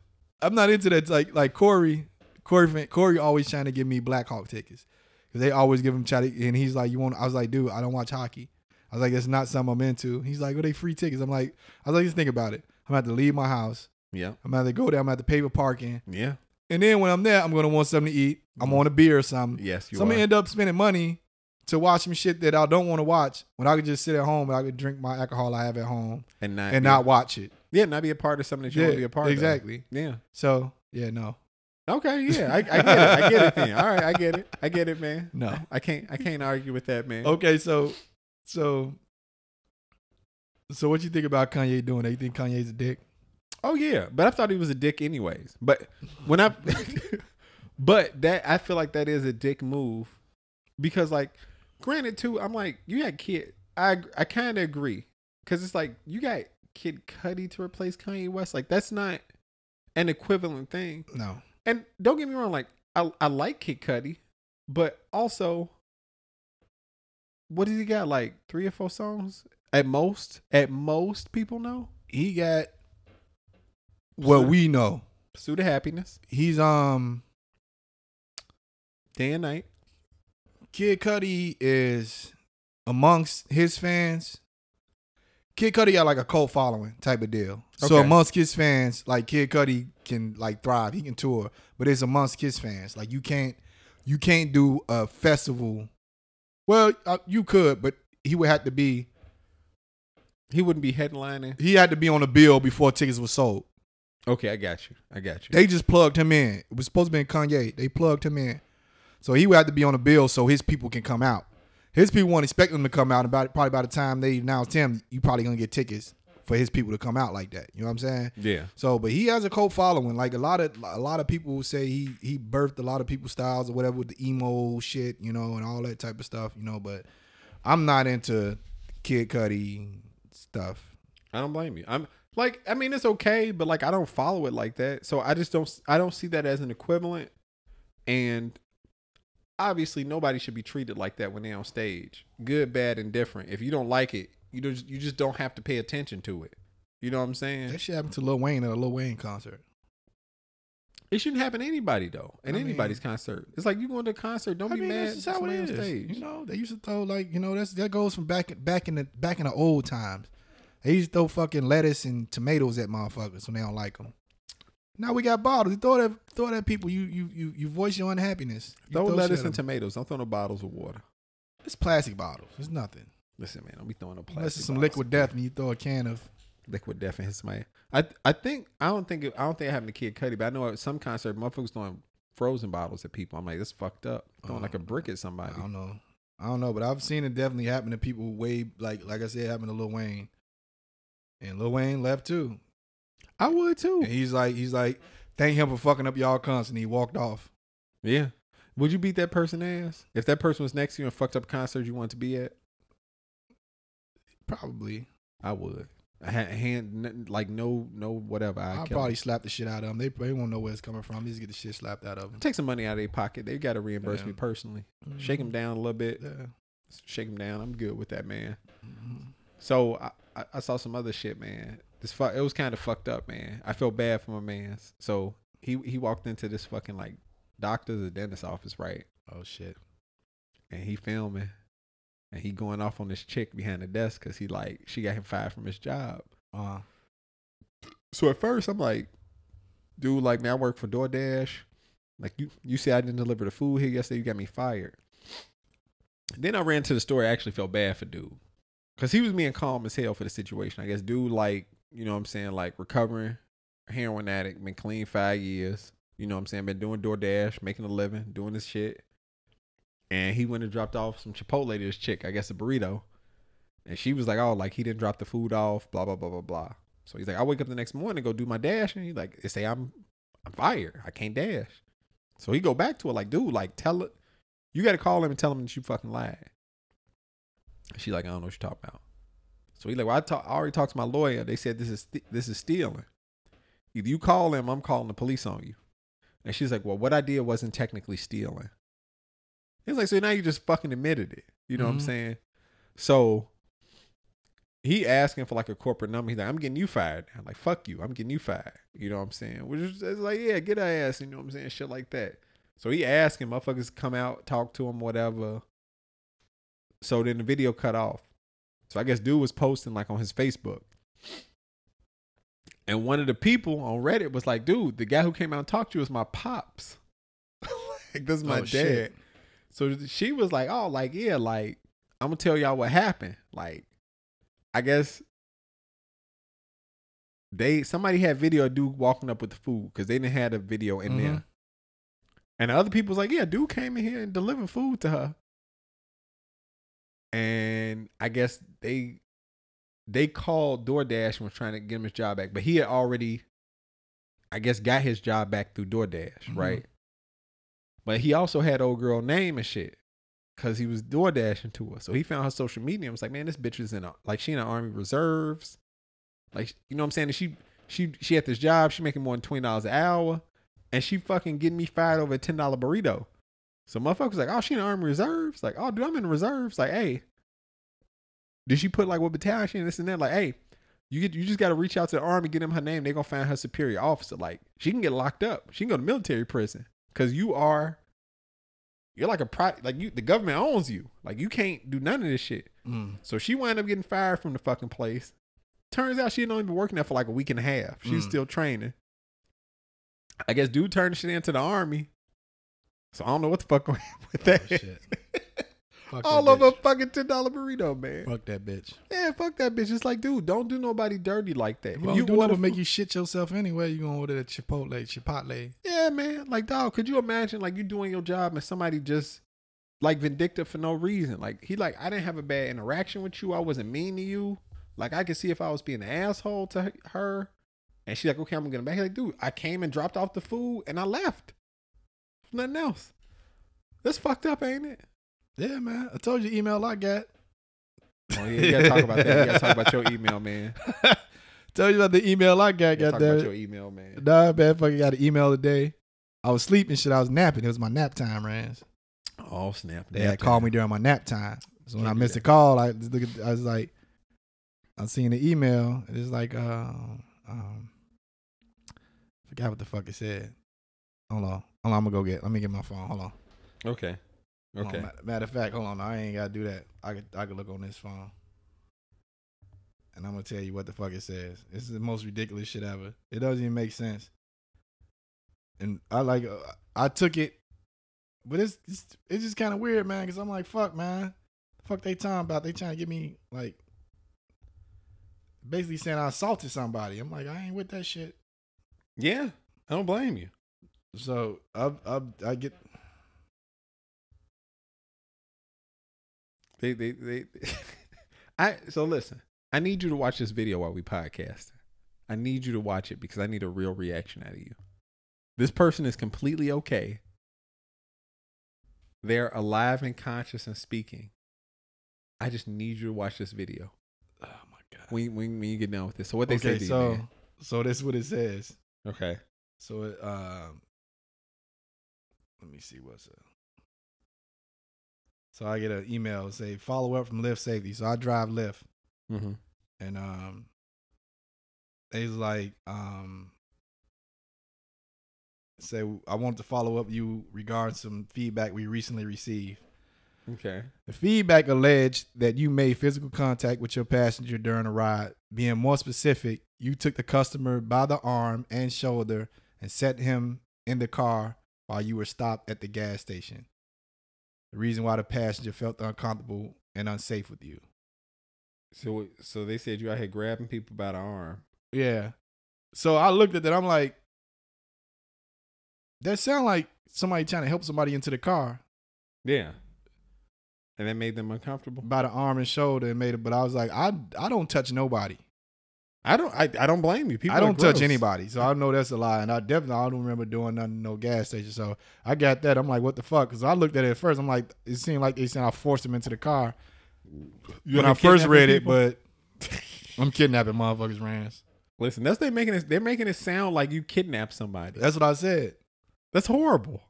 Speaker 1: I'm not into that. Like like Corey, Corey, Fan- Corey always trying to give me Black Hawk tickets because they always give him try to. And he's like, "You want?" I was like, "Dude, I don't watch hockey." I was like, "That's not something I'm into." He's like, "Well, they free tickets." I'm like, "I was like, just think about it. I'm gonna have to leave my house.
Speaker 2: yeah.
Speaker 1: I'm gonna have to go there. I'm gonna have to pay for parking.
Speaker 2: Yeah.
Speaker 1: And then when I'm there, I'm gonna want something to eat. I'm on a beer or something.
Speaker 2: Yes, Mm-hmm. you
Speaker 1: So I'm
Speaker 2: are.
Speaker 1: gonna end up spending money to watch some shit that I don't want to watch when I could just sit at home and I could drink my alcohol I have at home
Speaker 2: and not
Speaker 1: and
Speaker 2: be-
Speaker 1: not watch it.
Speaker 2: Yeah, not be a part of something that you want to be a part
Speaker 1: exactly.
Speaker 2: of. Exactly. Yeah.
Speaker 1: So yeah, no,
Speaker 2: Okay, yeah, I, I get it. I get it. Then. All right, I get it. I get it, man.
Speaker 1: no.
Speaker 2: I can't. I can't argue with that, man.
Speaker 1: Okay, so so so what you think about Kanye doing that? You think Kanye's a dick?
Speaker 2: Oh yeah, but I thought he was a dick anyways. But when I, but that I feel like that is a dick move, because like, granted too, I'm like you got kid. I I kind of agree because it's like you got Kid Cudi to replace Kanye West. Like that's not an equivalent thing.
Speaker 1: No.
Speaker 2: And don't get me wrong, like I I like Kid Cudi, but also, what does he got? Like three or four songs at most. At most, people know
Speaker 1: He got what we know.
Speaker 2: "Pursuit of Happiness,"
Speaker 1: He's um
Speaker 2: "Day and Night."
Speaker 1: Kid Cudi is amongst his fans. Kid Cudi got like a cult following type of deal. So
Speaker 2: Okay.
Speaker 1: amongst his fans, like Kid Cudi can like thrive. He can tour, but it's amongst his fans. Like you can't, you can't do a festival. Well, uh, you could, but he would have to be.
Speaker 2: He wouldn't be headlining.
Speaker 1: He had to be on a bill before tickets were sold.
Speaker 2: Okay, I got you. I got you.
Speaker 1: They just plugged him in. It was supposed to be in Kanye. They plugged him in. So he would have to be on the bill so his people can come out. His people won't expect him to come out. About probably by the time they announced him, you probably gonna get tickets for his people to come out like that. You know what I'm saying?
Speaker 2: yeah.
Speaker 1: So, but he has a cult following. Like a lot of a lot of people say he he birthed a lot of people's styles or whatever with the emo shit, you know, and all that type of stuff, you know. But I'm not into Kid Cudi stuff.
Speaker 2: I don't blame you. I'm like, I mean, it's okay, but like, I don't follow it like that. So I just don't. I don't see that as an equivalent. And obviously, nobody should be treated like that when they're on stage. Good, bad, and different. If you don't like it, you just you just don't have to pay attention to it. You know what I'm saying?
Speaker 1: That shit happened to Lil Wayne at a Lil Wayne concert.
Speaker 2: It shouldn't happen to anybody though. At
Speaker 1: I mean-
Speaker 2: anybody's concert, it's like you going to a concert. Don't
Speaker 1: I
Speaker 2: be
Speaker 1: mean,
Speaker 2: mad.
Speaker 1: This is how it
Speaker 2: somebody
Speaker 1: is.
Speaker 2: on stage.
Speaker 1: You know, they used to throw like you know that's that goes from back back in the back in the old times. They used to throw fucking lettuce and tomatoes at motherfuckers when they don't like them. Now we got bottles. You throw that throw that people. You you you you voice your unhappiness. You
Speaker 2: Throw
Speaker 1: shit
Speaker 2: lettuce
Speaker 1: at
Speaker 2: and
Speaker 1: 'em.
Speaker 2: tomatoes. Don't throw no bottles of water.
Speaker 1: it's plastic bottles. It's nothing.
Speaker 2: Listen, man, don't be throwing no plastic.
Speaker 1: Unless it's some
Speaker 2: bottles.
Speaker 1: liquid death and you throw a can of.
Speaker 2: Liquid Death and his somebody. I I think I don't think it, I don't think it happened to Kid Cudi, but I know at some concert motherfuckers throwing frozen bottles at people. I'm like, that's fucked up. Throwing like a brick
Speaker 1: Uh,
Speaker 2: at
Speaker 1: I
Speaker 2: somebody.
Speaker 1: don't know. I don't know, but I've seen it definitely happen to people way like like I said happened to Lil Wayne. and Lil Wayne left too.
Speaker 2: I would too.
Speaker 1: And he's like, he's like, thank him for fucking up y'all cunts, and he walked off.
Speaker 2: Yeah. Would you beat that person ass if that person was next to you and fucked up a concert you wanted to be at?
Speaker 1: Probably,
Speaker 2: I would. I ha- hand n- like no no whatever.
Speaker 1: I
Speaker 2: I
Speaker 1: will probably slap the shit out of him. They they won't know where it's coming from. Just get the shit slapped out of him.
Speaker 2: take some money out of their pocket. They got to
Speaker 1: Yeah.
Speaker 2: reimburse
Speaker 1: Mm-hmm.
Speaker 2: me personally. Mm. Shake him down a little bit.
Speaker 1: Yeah.
Speaker 2: Shake him down. I'm good with that, man.
Speaker 1: Mhm.
Speaker 2: So I, I, I saw some other shit, man. This fu- it was kind of fucked up, man. I felt bad for my man's. So he he walked into this fucking like doctor's or dentist office, right?
Speaker 1: Oh shit.
Speaker 2: and he filming and he going off on this chick behind the desk because he like she got him fired from his job
Speaker 1: Uh,
Speaker 2: so at first i'm like dude like man i work for doordash like you you say i didn't deliver the food here yesterday you got me fired then i ran to the store i actually felt bad for dude because he was being calm as hell for the situation i guess dude like you know what i'm saying like recovering heroin addict been clean five years you know what i'm saying been doing doordash making a living doing this shit and he went and dropped off some chipotle to this chick i guess a burrito and she was like oh like he didn't drop the food off blah blah blah blah blah so he's like, I wake up the next morning and go do my dash, and he's like, they say I'm I'm fired. I can't dash. So he go back to it like, dude, like tell it. You got to call him and tell him that you fucking lied. She like, I don't know what you're talking about. So he like, well, I, talk, I already talked to my lawyer. They said this is st- this is stealing. Either you call him, I'm calling the police on you. And she's like, well, what I did wasn't technically stealing. He's like, so now you just fucking admitted it. You know what I'm
Speaker 1: Mhm.
Speaker 2: saying? So he asking for like a corporate number. He's like, I'm getting you fired. I'm like, fuck you. I'm getting you fired. You know what I'm saying? Which is it's like, yeah, get our ass. You know what I'm saying? Shit like that. So he asking motherfuckers come out, talk to him, whatever. So then the video cut off. So I guess dude was posting like on his Facebook. And one of the people on Reddit was like, dude, the guy who came out and talked to you is my pops. like, this is my
Speaker 1: oh,
Speaker 2: dad.
Speaker 1: shit.
Speaker 2: So she was like, "Oh, like yeah, like I'm gonna tell y'all what happened. Like, I guess they somebody had video of dude walking up with the food because they didn't have a video in
Speaker 1: Mhm.
Speaker 2: there. And the other people was like, yeah, dude came in here and delivered food to her. And I guess they they called DoorDash and was trying to get him his job back, but he had already, I guess, got his job back through DoorDash,
Speaker 1: Mhm.
Speaker 2: right? But he also had old girl name and shit because he was door dashing to her. So he found her social media and was like, man, this bitch is in a, like she in the army reserves. Like you know what I'm saying? And she she she at this job, she making more than twenty dollars an hour, and she fucking getting me fired over a ten dollar burrito. So motherfuckers like, oh, she in the army reserves. Like, oh, dude, I'm in the reserves. Like, hey, did she put like what battalion she in this and that? Like, hey, you get you just got to reach out to the army, get them her name. They gonna find her superior officer. Like, she can get locked up. She can go to military prison because you are you're like a pro like you the government owns you. Like you can't do none of this shit.
Speaker 1: Mm.
Speaker 2: So she wound up getting fired from the fucking place. Turns out she had only been working there for like a week and a half. She was
Speaker 1: Mm.
Speaker 2: still training. I guess dude turned shit into the army. So I don't know what the fuck going on with
Speaker 1: Oh,
Speaker 2: that.
Speaker 1: shit. Fuck that
Speaker 2: All over a
Speaker 1: bitch.
Speaker 2: fucking ten dollar burrito, man.
Speaker 1: Fuck that bitch.
Speaker 2: Yeah, fuck that bitch. It's like, dude, don't do nobody dirty like that.
Speaker 1: Well,
Speaker 2: If
Speaker 1: you do nothing
Speaker 2: order
Speaker 1: but make
Speaker 2: food-
Speaker 1: you shit yourself anyway. You gonna order that Chipotle, Chipotle.
Speaker 2: Yeah, man. Like, dog, could you imagine like you doing your job and somebody just like vindictive for no reason? Like he like I didn't have a bad interaction with you. I wasn't mean to you. Like I could see if I was being an asshole to her. And she's like, okay, I'm gonna back. He's like, dude, I came and dropped off the food and I left. Nothing else. That's fucked up, ain't it?
Speaker 1: Yeah, man. I told you email I got.
Speaker 2: Oh yeah, you gotta talk about that. You gotta talk about your email, man.
Speaker 1: Told you about the email I got.
Speaker 2: You
Speaker 1: Got
Speaker 2: gotta talk about your
Speaker 1: that.
Speaker 2: email, man.
Speaker 1: Nah, man. Fucking got an email today. I was sleeping, shit. I was napping. It was my nap time, Rans.
Speaker 2: Oh snap!
Speaker 1: They had called me during my nap time. So when I
Speaker 2: Can't do
Speaker 1: missed
Speaker 2: that.
Speaker 1: a call, I just look at, I was like, I seen the email. and It's like, uh, um, forgot what the fuck it said. Hold on, hold on. I'm gonna go get. Let me get my phone. Hold on.
Speaker 2: Okay.
Speaker 1: Hold on. Mat- Matter of fact, hold on. I ain't gotta do that. I could I could look on this phone. And I'm gonna tell you what the fuck it says. It's the most ridiculous shit ever. It doesn't even make sense. And I like uh, I took it, but it's it's, it's just kind of weird, man. Cause I'm like, fuck, man, fuck they talking about. They trying to get me like basically saying I assaulted somebody. I'm like, I ain't with that shit.
Speaker 2: Yeah, I don't blame you.
Speaker 1: So I I, I get
Speaker 2: They they they. I so listen. I need you to watch this video while we podcast. I need you to watch it because I need a real reaction out of you. This person is completely okay. They're alive and conscious and speaking. I just need you to watch this video
Speaker 1: Oh my god.
Speaker 2: when, when, when you get done with this. So what they say
Speaker 1: okay,
Speaker 2: to you,
Speaker 1: so
Speaker 2: man.
Speaker 1: so this is what it says.
Speaker 2: Okay.
Speaker 1: So it, um, let me see what's up. So I get an email say follow up from Lyft Safety. So I drive Lyft,
Speaker 2: Mm-hmm.
Speaker 1: and um, they was like um, say I wanted to follow up you regarding some feedback we recently received.
Speaker 2: Okay.
Speaker 1: The feedback alleged that you made physical contact with your passenger during a ride. Being more specific, you took the customer by the arm and shoulder and set him in the car while you were stopped at the gas station. The reason why the passenger felt uncomfortable and unsafe with you.
Speaker 2: So so they said you out here grabbing people by the arm.
Speaker 1: Yeah. So I looked at that. I'm like, that sound like somebody trying to help somebody into the car
Speaker 2: Yeah. And that made them uncomfortable.
Speaker 1: by the arm and shoulder and made it. But I was like, I I don't touch nobody.
Speaker 2: I don't I, I don't blame you. People
Speaker 1: I
Speaker 2: are
Speaker 1: don't touch
Speaker 2: gross.
Speaker 1: anybody, so I know that's a lie, and I definitely I don't remember doing nothing in no gas station. So I got that. I'm like, what the fuck? Because I looked at it at first. I'm like, it seemed like they said I forced him into the car
Speaker 2: You
Speaker 1: when
Speaker 2: out
Speaker 1: I
Speaker 2: here
Speaker 1: first
Speaker 2: kidnapping
Speaker 1: read
Speaker 2: people?
Speaker 1: it. But I'm kidnapping motherfuckers, Rans.
Speaker 2: listen, that's they making it they're making it sound like you kidnapped somebody.
Speaker 1: That's what I said.
Speaker 2: That's horrible.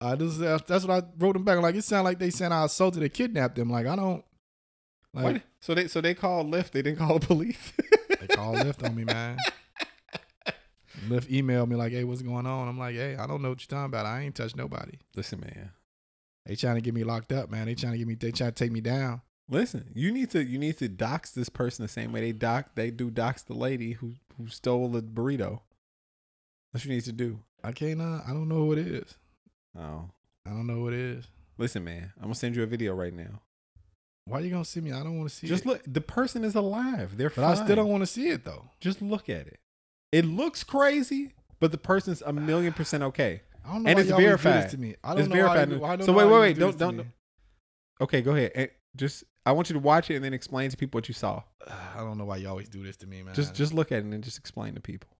Speaker 1: I just that's what I wrote them back. Like it sounded like they said I assaulted and kidnapped them. Like I don't. Like
Speaker 2: What? So they so they called Lyft, they didn't call the police.
Speaker 1: they call Lyft on me, man. Lyft emailed me like, hey, what's going on? I'm like, hey, I don't know what you're talking about. I ain't touched nobody.
Speaker 2: listen, man.
Speaker 1: They trying to get me locked up, man. They trying to get me. They trying to take me down.
Speaker 2: Listen, you need to you need to dox this person the same way they dox they do dox the lady who who stole the burrito. That's what you need to do.
Speaker 1: I can't. Uh, I don't know what it is.
Speaker 2: Oh.
Speaker 1: I don't know what it is.
Speaker 2: Listen, man, I'm gonna send you a video right now.
Speaker 1: Why you gonna see me? I don't want to see
Speaker 2: Just
Speaker 1: it.
Speaker 2: look the person is alive. They're
Speaker 1: but I still
Speaker 2: fine.
Speaker 1: don't want to see it though.
Speaker 2: Just look at it. It looks crazy, but the person's a million percent okay.
Speaker 1: I don't know.
Speaker 2: And
Speaker 1: why
Speaker 2: it's
Speaker 1: y'all always Do
Speaker 2: verified.
Speaker 1: this to me. I don't
Speaker 2: It's
Speaker 1: know. Why
Speaker 2: verified.
Speaker 1: you, do- I don't
Speaker 2: So
Speaker 1: know
Speaker 2: wait,
Speaker 1: why
Speaker 2: wait,
Speaker 1: you
Speaker 2: wait,
Speaker 1: do
Speaker 2: don't-
Speaker 1: this to
Speaker 2: don't-
Speaker 1: me.
Speaker 2: Okay, go ahead. And just I want you to watch it and then explain to people what you saw.
Speaker 1: I don't know why you always do this to me, man.
Speaker 2: Just just look at it and then just explain to people.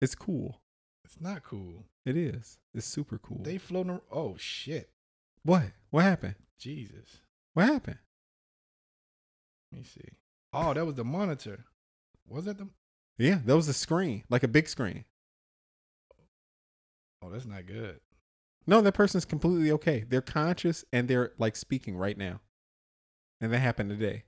Speaker 2: It's cool.
Speaker 1: it's not cool.
Speaker 2: It is. It's super cool.
Speaker 1: They floating. ar- Oh shit,
Speaker 2: what? What happened?
Speaker 1: Jesus.
Speaker 2: What happened?
Speaker 1: Let me see. Oh, that was the monitor. Was that the?
Speaker 2: Yeah, that was a screen, like a big screen.
Speaker 1: Oh, that's not good.
Speaker 2: No, that person's completely okay. They're conscious and they're like speaking right now. And that happened today.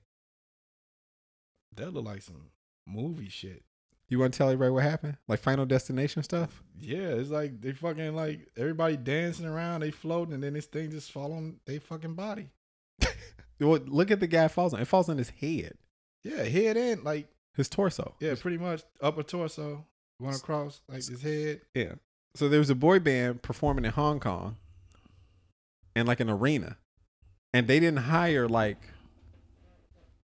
Speaker 1: That look like some movie shit.
Speaker 2: You want to tell everybody what happened? Like Final Destination stuff?
Speaker 1: Yeah, it's like they fucking like everybody dancing around, they floating, and then this thing just following they fucking body.
Speaker 2: Well, look at the guy falls on. It falls on his head,
Speaker 1: Yeah, head in, like
Speaker 2: his torso.
Speaker 1: yeah, pretty much upper torso going across like his head.
Speaker 2: Yeah. So there was a boy band performing in Hong Kong in like an arena. And they didn't hire like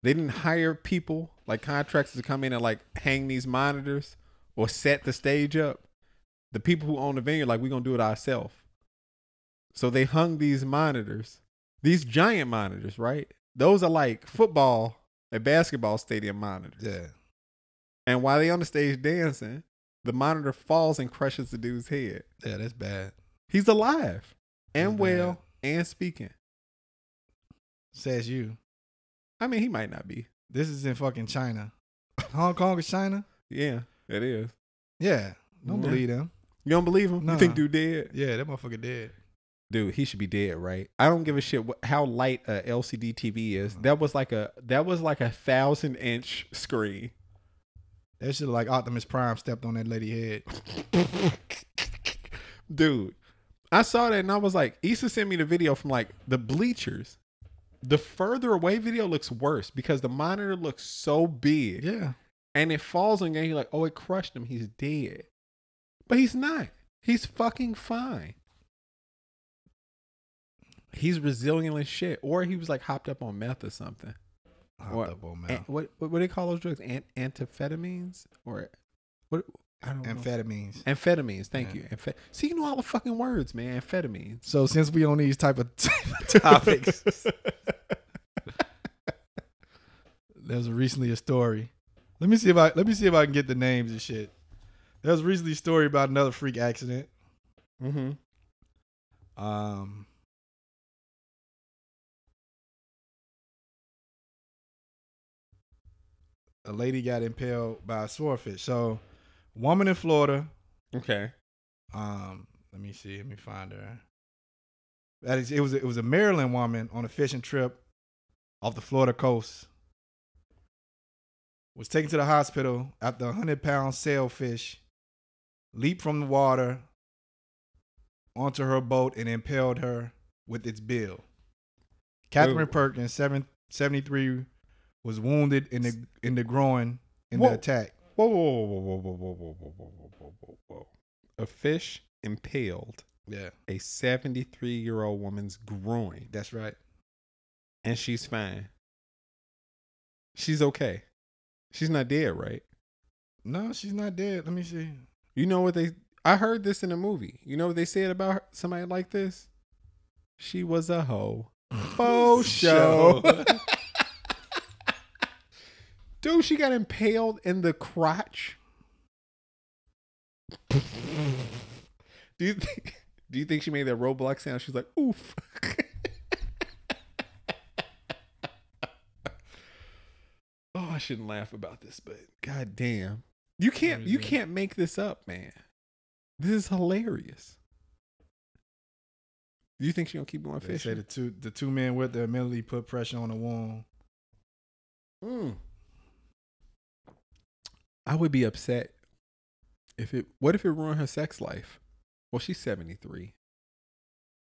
Speaker 2: they didn't hire people like contractors to come in and like hang these monitors or set the stage up. The people who own the venue like we're gonna do it ourselves. So they hung these monitors, these giant monitors, right? Those are like football and basketball stadium monitors.
Speaker 1: Yeah,
Speaker 2: And while they on the stage dancing, the monitor falls and crushes the dude's head.
Speaker 1: yeah, that's bad.
Speaker 2: He's alive
Speaker 1: He's
Speaker 2: and well and speaking.
Speaker 1: Says you.
Speaker 2: I mean, he might not be.
Speaker 1: This is in fucking China. Hong Kong is China?
Speaker 2: Yeah, it is.
Speaker 1: Yeah. Don't
Speaker 2: Yeah.
Speaker 1: believe them.
Speaker 2: You don't believe him? You think
Speaker 1: Nah.
Speaker 2: dude dead?
Speaker 1: Yeah, that motherfucker dead.
Speaker 2: Dude, he should be dead, right? I don't give a shit what, how light a LCD TV is. That was like a that was like a thousand inch screen.
Speaker 1: That shit like Optimus Prime stepped on that lady head.
Speaker 2: Dude, I saw that and I was like, Issa sent me the video from like the bleachers. The further away video looks worse because the monitor looks so big
Speaker 1: Yeah.
Speaker 2: and it falls on you and you're like, oh, it crushed him. He's dead. But he's not. He's fucking fine. He's resilient as shit. Or he was like hopped up on meth or something.
Speaker 1: Hopped
Speaker 2: What?
Speaker 1: up on
Speaker 2: An-
Speaker 1: mouth.
Speaker 2: what, what what do they call those drugs? An- amphetamines or what? I don't know.
Speaker 1: Amphetamines.
Speaker 2: Amphetamines. Thank
Speaker 1: Yeah.
Speaker 2: you. Amphet- See, you know all the fucking words, man. Amphetamines. Mm-hmm.
Speaker 1: So since we on these type of topics, There was recently a story. Let me see if I let me see if I can get the names and shit. There was recently a story about another freak accident.
Speaker 2: Mm-hmm.
Speaker 1: Um, a lady got impaled by a swordfish. So, woman in Florida.
Speaker 2: Okay.
Speaker 1: Um, let me see. Let me find her. That is, it was it was a Maryland woman on a fishing trip off the Florida coast. Was taken to the hospital after a hundred pound sailfish leaped from the water onto her boat and impaled her with its bill. Catherine
Speaker 2: Wait.
Speaker 1: Perkins, seven, 73, was wounded in the in the groin in
Speaker 2: Whoa.
Speaker 1: the attack.
Speaker 2: Whoa, whoa, whoa, whoa, whoa, whoa, whoa, whoa, whoa, whoa, whoa, whoa. A fish impaled
Speaker 1: Yeah,
Speaker 2: a 73 year old woman's groin,
Speaker 1: that's right.
Speaker 2: and she's fine. She's okay. She's not dead, right?
Speaker 1: No, she's not dead. Let me see.
Speaker 2: You know what they? I heard this in a movie. You know what they said about her, somebody like this? She was a hoe. Faux show. Dude, she got impaled in the crotch. do you think? Do you think she made that Roblox sound? She's like, oof. oh, I shouldn't laugh about this, but god damn, you can't you
Speaker 1: Crazy.
Speaker 2: can't make this up, man. This is hilarious. Do you think she gonna keep going
Speaker 1: They say the
Speaker 2: fishing?
Speaker 1: two the two men with her immediately put pressure on the wound.
Speaker 2: Mm. I would be upset if it. What if it ruined her sex life? Well, she's seventy three.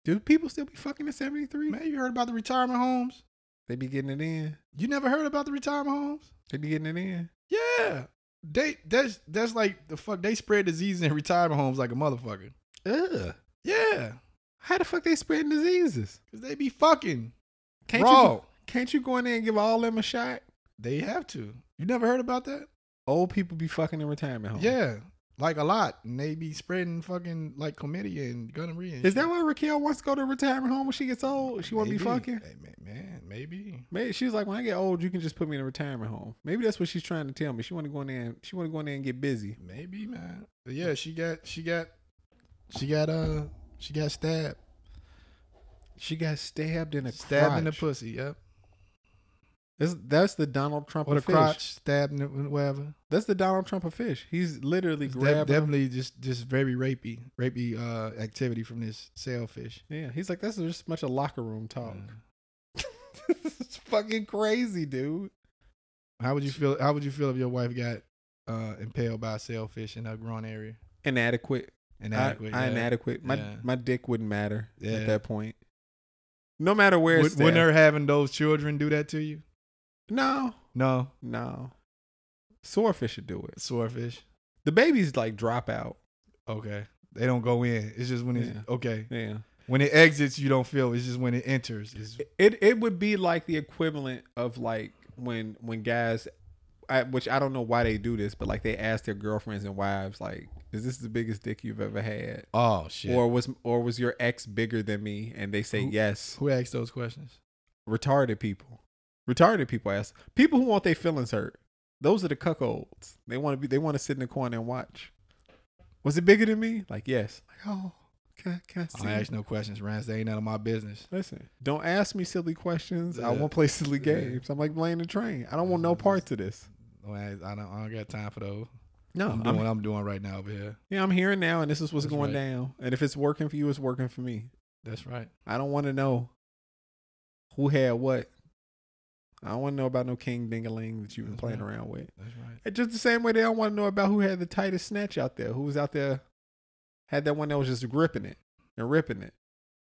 Speaker 2: Do people still be fucking at seventy three?
Speaker 1: Man, you heard about the retirement homes?
Speaker 2: They be getting it in.
Speaker 1: You never heard about the retirement homes?
Speaker 2: They be getting it in.
Speaker 1: Yeah. They that's that's like the fuck they spread disease in retirement homes like a motherfucker.
Speaker 2: Ugh.
Speaker 1: Yeah.
Speaker 2: How the fuck they spreading diseases?
Speaker 1: Cause they be fucking.
Speaker 2: Can't you?
Speaker 1: raw.
Speaker 2: go- Can't you go in there and give all them a shot?
Speaker 1: They have to. You never heard about that?
Speaker 2: Old people be fucking in retirement homes.
Speaker 1: Yeah. Like a lot. And they be spreading fucking like chlamydia and gonorrhea. and
Speaker 2: Is that
Speaker 1: shit.
Speaker 2: why Raquel wants to go to a retirement home when she gets old? She want to be
Speaker 1: Maybe.
Speaker 2: fucking.
Speaker 1: Hey, man, man, maybe.
Speaker 2: Maybe she's like, when I get old, you can just put me in a retirement home. Maybe that's what she's trying to tell me. She want to go in there. And, she want to go in there and get busy.
Speaker 1: Maybe, man. But yeah, she got she got she got uh she got stabbed.
Speaker 2: She got stabbed in a
Speaker 1: stabbed in the
Speaker 2: crotch.
Speaker 1: pussy, yep.
Speaker 2: That's, that's the Donald Trump
Speaker 1: Or the
Speaker 2: of fish.
Speaker 1: crotch, stabbed in the whatever.
Speaker 2: That's the Donald Trump of fish. He's literally
Speaker 1: It's def-
Speaker 2: grabbing. her-
Speaker 1: definitely just just very rapey, rapey uh activity from this sailfish.
Speaker 2: Yeah, he's like, that's just much a locker room talk. this is fucking crazy, dude.
Speaker 1: How would you feel how would you feel if your wife got uh impaled by a sailfish in her groin area?
Speaker 2: Inadequate.
Speaker 1: Inadequate.
Speaker 2: I, I
Speaker 1: yeah.
Speaker 2: inadequate. My
Speaker 1: Yeah.
Speaker 2: my dick wouldn't matter
Speaker 1: Yeah.
Speaker 2: at that point. No matter where
Speaker 1: Would,
Speaker 2: it's
Speaker 1: wouldn't
Speaker 2: at.
Speaker 1: her having those children do that to you?
Speaker 2: No,
Speaker 1: No.
Speaker 2: no. Swordfish should do it.
Speaker 1: Swordfish.
Speaker 2: The babies like drop out.
Speaker 1: Okay. They don't go in. It's just when it's
Speaker 2: Yeah.
Speaker 1: okay.
Speaker 2: Yeah.
Speaker 1: When it exits, you don't feel. It's just when it enters. It's,
Speaker 2: It it would be like the equivalent of like when when guys, I, which I don't know why they do this, but like they ask their girlfriends and wives like, "Is this the biggest dick you've ever had?"
Speaker 1: oh shit.
Speaker 2: Or was or was your ex bigger than me? And they say
Speaker 1: Who-
Speaker 2: yes.
Speaker 1: Who asked those questions?
Speaker 2: Retarded people, retarded people ask people who want their feelings hurt. Those are the cuckolds. They want to be. They want to sit in the corner and watch. Was it bigger than me? Like yes. Like oh, can I, can I see?
Speaker 1: I don't ask no questions, Rance. They ain't none of my business.
Speaker 2: Listen, don't ask me silly questions. I
Speaker 1: Yeah.
Speaker 2: won't play silly
Speaker 1: Yeah. Mm-hmm.
Speaker 2: games. I'm like playing the train. I don't want no part to this.
Speaker 1: Don't ask- I don't, I don't got time for those.
Speaker 2: No,
Speaker 1: I'm doing what I'm doing right now over here.
Speaker 2: yeah, I'm here now, and this is what's
Speaker 1: That's
Speaker 2: going
Speaker 1: right.
Speaker 2: down. And if it's working for you, it's working for me.
Speaker 1: That's right.
Speaker 2: I don't want to know who had what. I don't want to know about no king dingaling that you've been
Speaker 1: That's
Speaker 2: playing
Speaker 1: right.
Speaker 2: around with.
Speaker 1: That's right.
Speaker 2: It's just the same way they don't want to know about who had the tightest snatch out there, who was out there, had that one that was just gripping it and ripping it.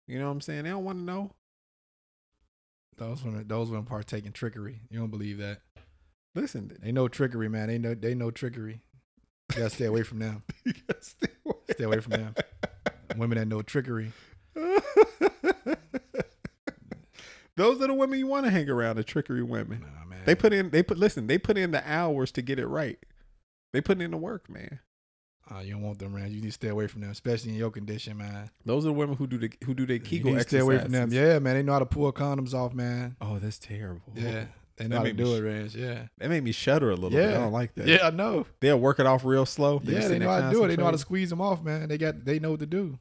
Speaker 2: You know what I'm saying? They don't want to know.
Speaker 1: Those women, those women partake in trickery. You don't believe that?
Speaker 2: Listen,
Speaker 1: They know trickery, man. They know they know trickery. You gotta stay away from them. Stay away from them. Women that know trickery.
Speaker 2: Those are the women you want to hang around, the trickery women.
Speaker 1: Nah, man.
Speaker 2: They put in they put listen, they put in the hours to get it right. They put in the work, man.
Speaker 1: Uh, you don't want them around. You need to stay away from them, especially in your condition, man.
Speaker 2: Those are the women who do the who do their
Speaker 1: you
Speaker 2: Kegel
Speaker 1: need to
Speaker 2: exercises.
Speaker 1: stay away from them. Yeah, man. They know how to pull condoms off, man.
Speaker 2: Oh, that's terrible.
Speaker 1: Yeah, They know how to
Speaker 2: made me
Speaker 1: do it,
Speaker 2: sh-
Speaker 1: Reg. Yeah.
Speaker 2: That made me shudder a little bit.
Speaker 1: Yeah.
Speaker 2: I don't like that.
Speaker 1: Yeah, I know.
Speaker 2: They'll work it off real slow.
Speaker 1: yeah,
Speaker 2: just
Speaker 1: they
Speaker 2: in
Speaker 1: know
Speaker 2: there
Speaker 1: how to do it. They know how to
Speaker 2: concentrating.
Speaker 1: squeeze them off, man. They got they know what to do.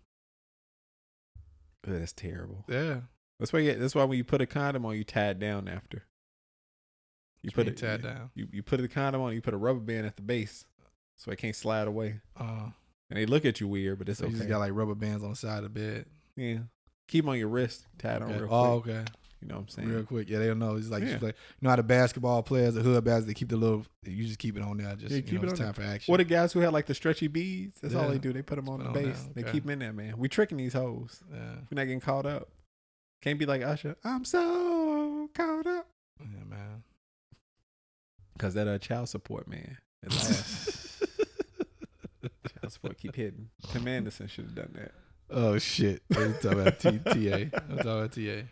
Speaker 2: Ugh, that's terrible.
Speaker 1: Yeah.
Speaker 2: That's why. You, that's why when you put a condom on, you tie it down after. You put
Speaker 1: mean
Speaker 2: it
Speaker 1: tied
Speaker 2: you-
Speaker 1: down?
Speaker 2: You you put the condom on. You put a rubber band at the base, so it can't slide away.
Speaker 1: Uh,
Speaker 2: And they look at you weird, but it's
Speaker 1: so you
Speaker 2: okay.
Speaker 1: just got like rubber bands on the side of the bed.
Speaker 2: yeah, keep 'em on your wrist. Tie it on
Speaker 1: Okay.
Speaker 2: real quick.
Speaker 1: Oh, okay.
Speaker 2: You know what I'm saying?
Speaker 1: Real quick. Yeah, they don't know. It's like,
Speaker 2: Yeah.
Speaker 1: just like you know how the basketball players, the hood basketball, they keep the little you just keep it on there. Just
Speaker 2: Yeah,
Speaker 1: you
Speaker 2: keep
Speaker 1: know,
Speaker 2: it
Speaker 1: it's
Speaker 2: on
Speaker 1: time for action.
Speaker 2: What the guys who had like the stretchy beads? That's all
Speaker 1: Yeah.
Speaker 2: they do. They put them on
Speaker 1: Put
Speaker 2: the
Speaker 1: 'em
Speaker 2: base.
Speaker 1: down,
Speaker 2: They
Speaker 1: okay.
Speaker 2: keep 'em in there, man. We tricking these hoes.
Speaker 1: yeah.
Speaker 2: We're not getting caught up. Can't be like Usher. I'm so caught up.
Speaker 1: yeah, man.
Speaker 2: Cause that uh, child support, man. It lasts. child support keep hitting. Tim Anderson should have done that.
Speaker 1: oh shit. I'm talking about T- TA. I'm talking about TA.